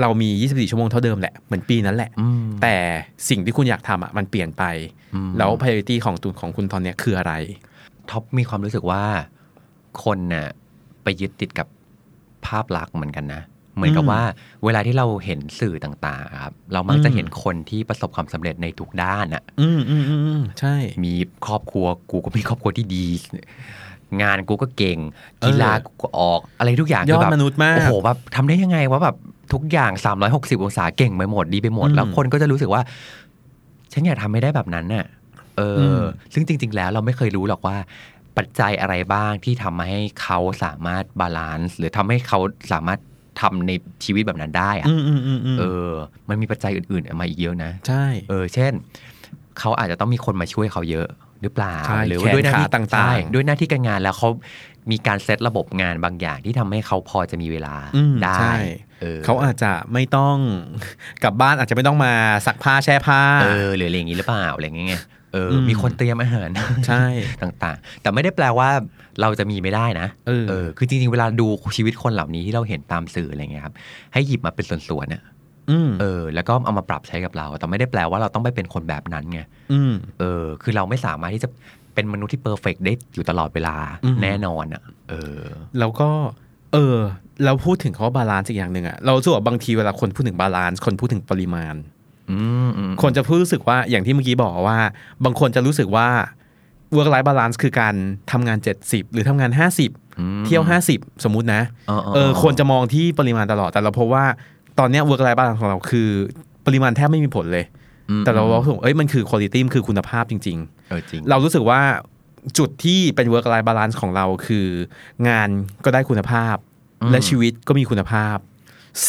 Speaker 2: เรามี 24 ชั่วโมงเท่าเดิมแหละ เหมือนปีนั้นแหละ
Speaker 3: ม
Speaker 2: แต่สิ่งที่คุณอยากทำอ่ะมันเปลี่ยนไป
Speaker 3: อืม
Speaker 2: แล้ว priority ของตุนของคุณตอนเนี้ยคืออะไร
Speaker 3: ท็อปมีความรู้สึกว่าคนน่ะไปยึดติดกับภาพลักษณ์เหมือนกันนะ เหมือนกับ
Speaker 2: อืม
Speaker 3: ว่าเวลาที่เราเห็นสื่อต่างๆอะครับเรามักจะ
Speaker 2: อืม
Speaker 3: เห็นคนที่ประสบความสำเร็จในทุกด้านอ่ะ
Speaker 2: อืมอืมอืมอืมใช่
Speaker 3: มีครอบครัวกูก็มีครอบครัวที่ดี งานกูก็เก่ง กีฬากูก็ออกอะไรทุกอย่า
Speaker 2: ย
Speaker 3: ง
Speaker 2: อด
Speaker 3: คืแบบ
Speaker 2: มนุษย์มาก
Speaker 3: โอ้โหแบบทำได้ยังไงวะแบบทุกอย่าง 360 องศาเก่งไปหมดดีไปหมด
Speaker 2: อืม
Speaker 3: แล้วคนก็จะรู้สึกว่า ฉันอยากทำไม่ได้แบบนั้นน่ะเอออ
Speaker 2: ม
Speaker 3: ซึ่งจริง ๆ แล้วเราไม่เคยรู้หรอกว่า ปัจจัยอะไรบ้างที่ทำให้เขาสามารถบาลานซ์หรือทำให้เขาสามารถทำในชีวิตแบบนั้นได้อะ
Speaker 2: อืมอืมอืมอืม
Speaker 3: เออ มันมีปัจจัยอื่นๆมาอีกเยอะนะ
Speaker 2: ใช่
Speaker 3: เออเช่น เขาอาจจะต้องมีคนมาช่วยเขาเยอะหรือเปล่า
Speaker 2: ใช่
Speaker 3: หรื
Speaker 2: แขน
Speaker 3: ด้วยหน้าที่
Speaker 2: ขาต่างๆ
Speaker 3: ใช่ด้วยหน้าที่การงานแล้วเขามีการเซตระบบงานบางอย่างที่ทำให้เขาพอจะมีเวลา
Speaker 2: อืม
Speaker 3: ได้
Speaker 2: ใช่
Speaker 3: ออ
Speaker 2: เขาอาจจะไม่ต้อง กลับบ้านอาจจะไม่ต้องมาซักผ้าแช่ผ้า
Speaker 3: เออหรืออะไรอย่างนี้หรือเปล่าอะไรอย่างเงี้ยเอออ
Speaker 2: ม
Speaker 3: มีคนเตรียมอาหาร
Speaker 2: ใช่
Speaker 3: ต่างๆ แต่ไม่ได้แปลว่าเราจะมีไม่ได้นะ
Speaker 2: เออ
Speaker 3: คือจริงๆเวลาดูชีวิตคนเหล่านี้ที่เราเห็นตามสื่ออะไรเงี้ยครับให้หยิบมาเป็นส่วนๆเนี่ย
Speaker 2: อืม
Speaker 3: เออแล้วก็เอามาปรับใช้กับเรา แต่ไม่ได้แปลว่าเราต้องไปเป็นคนแบบนั้นไง
Speaker 2: อืม
Speaker 3: เออ คือเราไม่สามารถที่จะเป็นมนุษย์ที่เพอร์เฟกได้อยู่ตลอดเวลา
Speaker 2: อืม
Speaker 3: แน่นอนอ่ะ เออ
Speaker 2: แล้วก็ เออเราพูดถึงคำว่าบาลานซ์อีกอย่างหนึ่งอะเรารู้สึกว่าบางทีเวลาคนพูดถึงบาลานซ์คนพูดถึงปริมาณ
Speaker 3: อืมอืม
Speaker 2: คนจะพูดรู้สึกว่าอย่างที่เมื่อกี้บอกว่า บางคนจะรู้สึกว่า work life balance คือการทำงาน 70 หรือทำงาน 50
Speaker 3: อืม
Speaker 2: เที่ยว 50 สมมุตินะ
Speaker 3: เออ
Speaker 2: เออคนจะมองที่ปริมาณตลอด แต่เราพบว่าตอนเนี้ย work life balance ของเราคือ ปริมาณแทบไม่มีผลเลย
Speaker 3: อืม
Speaker 2: แต่เราบอกว่าเอ้ยมันคือ quality มันคือคุณภาพจริง ๆ
Speaker 3: เออจริง
Speaker 2: เรารู้สึกว่าจุดที่เป็น work life balance ของเราคืองานก็ได้คุณภาพ
Speaker 3: อืม
Speaker 2: และชีวิตก็มีคุณภาพ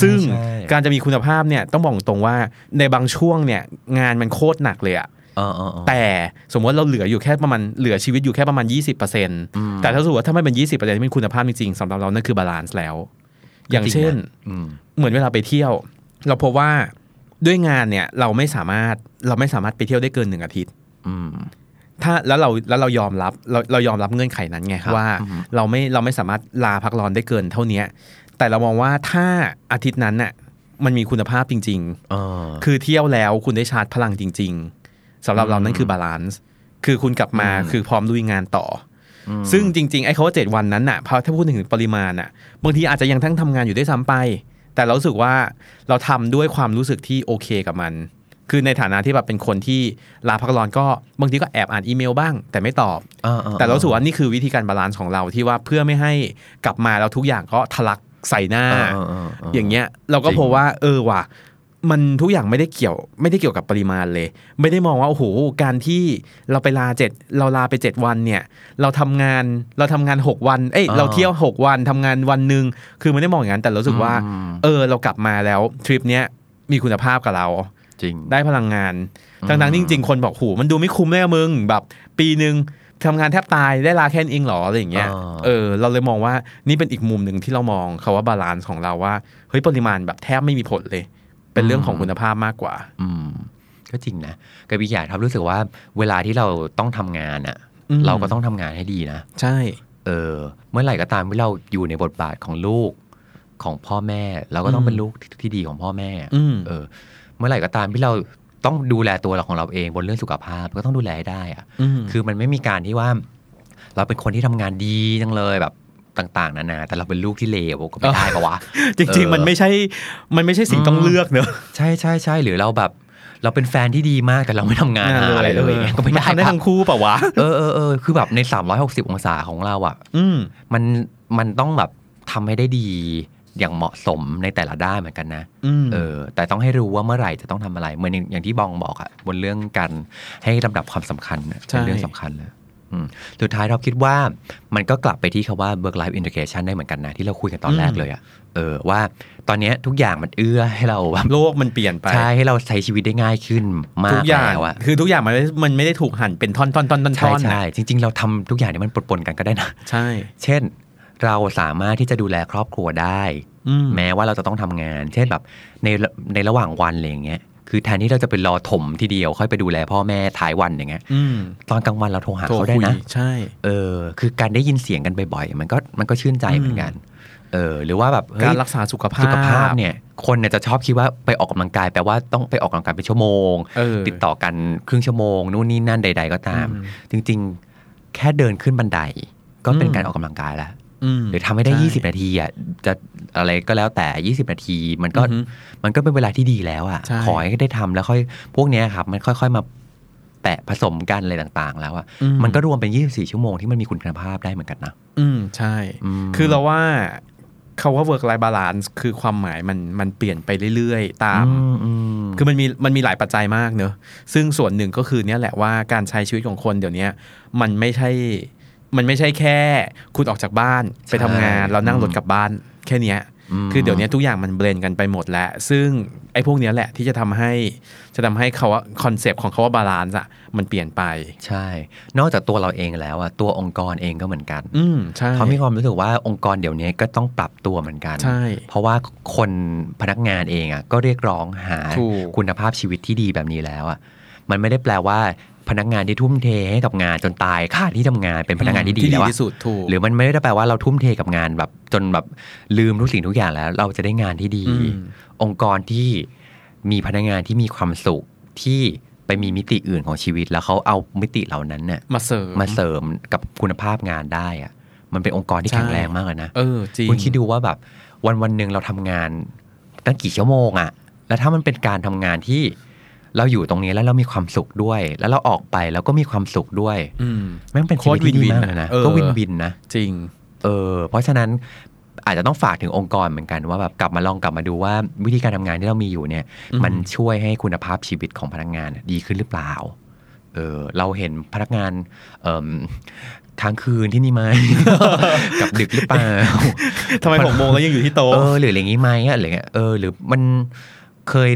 Speaker 2: ซึ่ง
Speaker 3: ใช่
Speaker 2: การจะมีคุณภาพเนี่ยต้องบอกตรงว่าในบางช่วงเนี่ยงานมันโคตรหนักเลยอะ
Speaker 3: เออเออเออ
Speaker 2: แต่สมมติเราเหลืออยู่แค่ประมาณเหลือชีวิตอยู่แค่ประมาณ 20%แต่ถ้าสมมติว่าถ้าไม่เป็น 20%ที่เป็นคุณภาพจริงๆสำหรับเรานั่นคือบาลานซ์แล้ว อย่างเช่น
Speaker 3: จริงนะ อืม
Speaker 2: เหมือนเวลาไปเที่ยว เราพบว่าด้วยงานเนี่ยเราไม่สามารถเราไม่สามารถไปเที่ยวได้เกินหนึ่งอาทิตย์
Speaker 3: อืม
Speaker 2: ถ้าแล้วเราแล้วเรายอมรับเราเรายอมรับเงื่อนไขนั้นไง
Speaker 3: ครับ
Speaker 2: ว่า
Speaker 3: อือฮึ
Speaker 2: เราไม่เราไม่สามารถลาพักร้อนได้เกินเท่าเนี้ยแต่เรามองว่าถ้าอาทิตย์นั้นน่ะมันมีคุณภาพจริง
Speaker 3: เออ
Speaker 2: ๆ คือเที่ยวแล้วคุณได้ชาร์จพลังจริง ๆสำหรับเรานั่นคือบาลานซ์คือคุณกลับมา
Speaker 3: อืม
Speaker 2: คือพร้อมลุยงานต่ออ
Speaker 3: ม
Speaker 2: ซึ่งจริง ๆ ไอ้เขาว่าเจ็ดวันนั้นน่ะพอถ้าพูดถึงปริมาณน่ะบางทีอาจจะยังทั้งทำงานอยู่ได้วยซ้ำไป แต่เรารู้สึกว่าเราทำด้วยความรู้สึกที่โอเคกับมัน คือในฐานะที่แบบเป็นคนที่ลาพักร้อนก็บางทีก็แอบอ่านอีเมลบ้าง แต่ไม่ตอบ
Speaker 3: เออออ
Speaker 2: แต่เรารู้สึกว่านี่คือวิธีการบาลานซ์ของเราที่ว่าเพื่อไม่ให้กลับมาแล้วทุกอย่างก็ทะลักใส่หน้า
Speaker 3: เออเออเออเอออ
Speaker 2: อย่างเงี้ยเราก็
Speaker 3: จริง
Speaker 2: พบว่า เออว่ะมันทุกอย่างไม่ได้เกี่ยว ไม่ได้เกี่ยวกับปริมาณเลย ไม่ได้มองว่าโอ้โหการที่เราไปลาเจ็ดเราลาไปเจ็ดวันเนี่ย เราทำงานเราทำงานหกวัน เอ้ยเราเที่ยวหกวันทำงานวันหนึ่งคือไม่ได้มองอย่างนั้นแต่เรารู้สึกว่า
Speaker 3: อืม
Speaker 2: เออเรากลับมาแล้วทริปเนี้ยมีคุณภาพกับเรา
Speaker 3: จริง
Speaker 2: ได้พลังงาน
Speaker 3: อืม
Speaker 2: ทั้งทั้งๆที่จริง ๆ คนบอกหูมันดูไม่คุ้มเลยอะมึง แบบ ปีหนึ่งทำงานแทบตายได้ลาแค่นี้เองเหรออะไรอย่างเงี้ย เออ เราเลยมองว่านี่เป็นอีกมุมหนึ่งที่เรามองคาว่าบาลานซ์ของเราว่า เฮ้ย ปริมาณแบบแทบไม่มีผลเลย เป็นเรื่องของคุณภาพมากกว่า
Speaker 3: อืมก็จริงนะกับอีกอย่างครับรู้สึกว่าเวลาที่เราต้องทำงานอ่ะ
Speaker 2: อืม
Speaker 3: เราก็ต้องทำงานให้ดีนะ
Speaker 2: ใช่
Speaker 3: เออเมื่อไหร่ก็ตามที่เราอยู่ในบทบาทของลูกของพ่อแม่ เราก็ต้องเป็นลูกที่ที่ดีของพ่อแม่
Speaker 2: อืม
Speaker 3: เออ เมื่อไหร่ก็ตามที่เราต้องดูแลตัวเราของเราเองบนเรื่องสุขภาพ ก็ต้องดูแลให้ได้อะ
Speaker 2: อืม
Speaker 3: คือมันไม่มีการที่ว่า เราเป็นคนที่ทำงานดีจังเลยแบบต่าง ๆ นานา แต่เราเป็นลูกที่เลวก็ไม่ได้ปะวะ
Speaker 2: จริง ๆ มันไม่ใช่มันไม่ใช่สิ่งต้องเลือกเนอะ
Speaker 3: ใช่ใช่ใช่หรือเราแบบ เราเป็นแฟนที่ดีมากแต่เราไม่ทำงานหาอะไรเลยอย่างเงี้ยก็ไม่ได้
Speaker 2: นทำได้
Speaker 3: ปะ
Speaker 2: ทั้งคู่เปล่าวะ
Speaker 3: เออเออเออคือแบบใน 360 องศาของเราอ่ะ
Speaker 2: อืม
Speaker 3: มันมันต้องแบบทำให้ได้ดีอย่างเหมาะสมในแต่ละด้านเหมือนกันนะ
Speaker 2: อืม
Speaker 3: เออ แต่ต้องให้รู้ว่าเมื่อไหร่จะต้องทำอะไร เหมือนอย่างอย่างที่บองบอกอะบนเรื่องการให้ลำดับความสำคัญน่ะ
Speaker 2: ใช่
Speaker 3: เป็นเรื่องสำคัญเลยอืมสุดท้ายเราคิดว่ามันก็กลับไปที่คำว่า work life integration ได้เหมือนกันนะ ที่เราคุยกันตอนแรกเลยอะเออว่าตอนเนี้ยทุกอย่างมันเอื้อให้เราแบบ
Speaker 2: โลกมันเปลี่ยนไป
Speaker 3: ใช่ให้เราใช้ชีวิตได้ง่ายขึ้นมา
Speaker 2: ทุก
Speaker 3: ก
Speaker 2: อย่าง
Speaker 3: แล้วอะ
Speaker 2: คือทุกอย่างมันไม่มันไม่ได้ถูกหั่นเป็นท่อนๆๆๆๆนะ
Speaker 3: ใช่ใช่จริง ๆ เราทำทุกอย่างเนี่ยมันปนๆกันก็ได้นะ
Speaker 2: ใช่
Speaker 3: เช่น เราสามารถที่จะดูแลครอบครัวได้
Speaker 2: อืม
Speaker 3: แม้ว่าเราจะต้องทำงาน เช่นแบบในในระหว่างวันอะไรอย่างเงี้ย คือแทนที่เราจะไปรอถมทีเดียวค่อยไปดูแลพ่อแม่ท้ายวันอย่างเงี้ย
Speaker 2: อืม
Speaker 3: ตอนกลางวันเราโทรหา
Speaker 2: โทร
Speaker 3: เขาได้
Speaker 2: คุย
Speaker 3: นะ
Speaker 2: ใช่
Speaker 3: เออ คือการได้ยินเสียงกันบ่อยๆ มันก็มันก็ชื่นใจเหมือนกัน เออ หรือว่าแบบเฮ้ย
Speaker 2: การรักษาสุขภาพ
Speaker 3: สุขภาพเนี่ย คนเนี่ยจะชอบคิดว่าไปออกกำลังกายแปลว่าต้องไปออกกำลังกายเป็นชั่วโมง
Speaker 2: เออ
Speaker 3: ติดต่อกันครึ่งชั่วโมงนู่นนี่นั่นใด ๆ ก็ตาม
Speaker 2: อืม
Speaker 3: จริงๆ แค่เดินขึ้นบันได ก็เป็น
Speaker 2: อืม
Speaker 3: การออกกำลังกายแล้ว
Speaker 2: อืม
Speaker 3: หรือทำให้ได้
Speaker 2: ใช่
Speaker 3: 20 นาทีอ่ะจะอะไรก็แล้วแต่ 20 นาที มันก็
Speaker 2: อือหือ
Speaker 3: มันก็เป็นเวลาที่ดีแล้วอ่ะ
Speaker 2: ใช่
Speaker 3: ขอให้ได้ทำแล้วค่อยพวกเนี้ยครับ มันค่อย ๆมาแปะผสมกันอะไรต่างๆ แล้วอ่ะ
Speaker 2: อื
Speaker 3: มันก็รวมเป็น 24 ชั่วโมงที่มันมีคุณภาพได้เหมือนกันนะ
Speaker 2: อืมใช่
Speaker 3: ม
Speaker 2: คือเราว่าคาว่า work life balance คือความหมายมันมันเปลี่ยนไปเรื่อยๆ ตาม คือมันมีมันมีหลายปัจจัยมากเนอะซึ่งส่วนหนึ่งก็คือเนี่ยแหละว่าการใช้ชีวิตของคนเดี๋ยวเนี้ยมันไม่ใช่มันไม่ใช่แค่ คุณออกจากบ้านไปทำงาน
Speaker 3: ใช่
Speaker 2: แล้วนั่งรถ
Speaker 3: อืม
Speaker 2: กลับบ้านแค่เนี้ย
Speaker 3: ม
Speaker 2: คือเดี๋ยวนี้ทุกอย่างมันเบลนกันไปหมดแล้ว ซึ่งไอ้พวกเนี้ยแหละที่จะทำให้จะทำให้เขาคอนเซปต์ของเขาว่าบาลานซ์อะมันเปลี่ยนไป
Speaker 3: ใช่ นอกจากตัวเราเองแล้วอ่ะตัวองค์กรเองก็เหมือนกัน
Speaker 2: อืมใช่
Speaker 3: เขามีความรู้สึกว่าองค์กรเดี๋ยวนี้ก็ต้องปรับตัวเหมือนกัน
Speaker 2: ใช่
Speaker 3: เพราะว่าคนพนักงานเองอ่ะก็เรียกร้องหา
Speaker 2: ถูก
Speaker 3: คุณภาพชีวิตที่ดีแบบนี้แล้วอ่ะ มันไม่ได้แปลว่าพนักงานที่ทุ่มเทให้กับงานจนตายขาดที่ทำงานเป็นพนักงานที่ดี
Speaker 2: ที่ดี
Speaker 3: แล้วอะ
Speaker 2: ที่สุดถูก
Speaker 3: หรือมันไม่ได้แปลว่าเราทุ่มเทกับงานแบบจนแบบลืมทุกสิ่งทุกอย่างแล้ว เราจะได้งานที่ดี
Speaker 2: อืม
Speaker 3: องค์กรที่มีพนักงานที่มีความสุขที่ไปมีมิติอื่นของชีวิต แล้วเขาเอามิติเหล่านั้นเนี่ย
Speaker 2: มาเสริม
Speaker 3: มาเสริมกับคุณภาพงานได้อะมันเป็นองค์กรที่
Speaker 2: ใช่
Speaker 3: แข็งแรงมากเลยนะ
Speaker 2: เออจริง
Speaker 3: คุณคิดดูว่าแบบวันวันๆหนึ่งเราทำงานตั้งกี่ชั่วโมงอะแล้วถ้ามันเป็นการทำงานที่เราอยู่ตรงนี้แล้วเรามีความสุขด้วย แล้วเราออกไปเราก็มีความสุขด้วย
Speaker 2: อืม
Speaker 3: แม่งเป็นชีวิตที่ดีมากเลยนะ
Speaker 2: โคตรวินวินอะเออ
Speaker 3: ก็วินวินนะ
Speaker 2: จริง
Speaker 3: เออ เพราะฉะนั้นอาจจะต้องฝากถึงองค์กรเหมือนกันว่าแบบกลับมาลองกลับมาดูว่าวิธีการทำงานที่เรามีอยู่เนี่ย
Speaker 2: อืม
Speaker 3: มันช่วยให้คุณภาพชีวิตของพนักงานดีขึ้นหรือเปล่า เออเราเห็นพนักงานเอิ่มทางคืนที่นี่ไหม กลับดึกหรือเปล่า
Speaker 2: ทำไมหกโมงแล้วยังอยู่ที่โต๊ะ
Speaker 3: เออหรืออะไรอย่างงี้ไหมอะหรือไงเออหรือมันเคย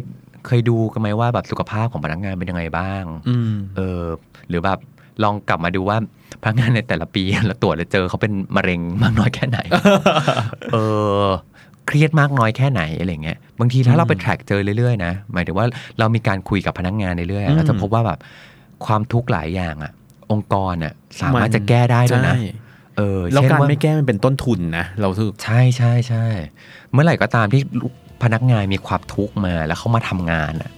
Speaker 3: เคยดูกันไหมว่าแบบสุขภาพของพนักงานเป็นยังไงบ้าง
Speaker 2: อืม
Speaker 3: เออหรือแบบลองกลับมาดูว่าพนักงานในแต่ละปี เราตรวจแล้วเจอเขาเป็นมะเร็งมากน้อยแค่ไหน เออเครียดมากน้อยแค่ไหนอะไรเงี้ยบางทีถ้าเราไป track เจอเรื่อยๆนะหมายถึงว่าเรามีการคุยกับพนักงานเรื่อยๆ
Speaker 2: อื
Speaker 3: อะ
Speaker 2: ม
Speaker 3: เราจะพบว่าแบบความทุกข์หลายอย่างอะองค์กรอะสามารถจะแก้ได้ด้วยนะ
Speaker 2: ใช่
Speaker 3: เออ
Speaker 2: แล้ว
Speaker 3: เช่น
Speaker 2: การ
Speaker 3: ว่า
Speaker 2: ไม่แก้มันเป็นต้นทุนนะ เราถือ
Speaker 3: ใช่ใช่ใช่ เมื่อไหร่ก็ตามที่ลูกพนักงานมีความทุกข์มาแล้วเขามาทำงานอ่ะ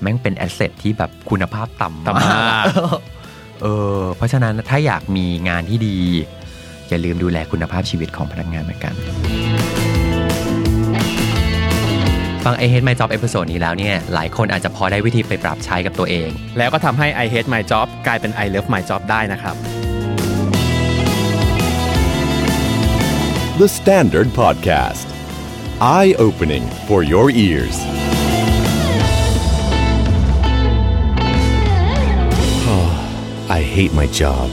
Speaker 3: แม่งเป็นแอสเซทที่แบบคุณภาพต่ำ
Speaker 2: ต่ำมาก
Speaker 3: เออ เพราะฉะนั้นถ้าอยากมีงานที่ดี อย่าลืมดูแลคุณภาพชีวิตของพนักงานเหมือนกัน ฟังไอเฮดไมจ็อบเอพิโซดนี้แล้วเนี่ย หลายคนอาจจะพอได้วิธีไปปรับใช้กับตัวเอง
Speaker 2: แล้วก็ทำให้ I hate my job กลายเป็น I love my job ได้นะครับ
Speaker 1: The Standard Podcast. Eye opening for your ears. I hate my job.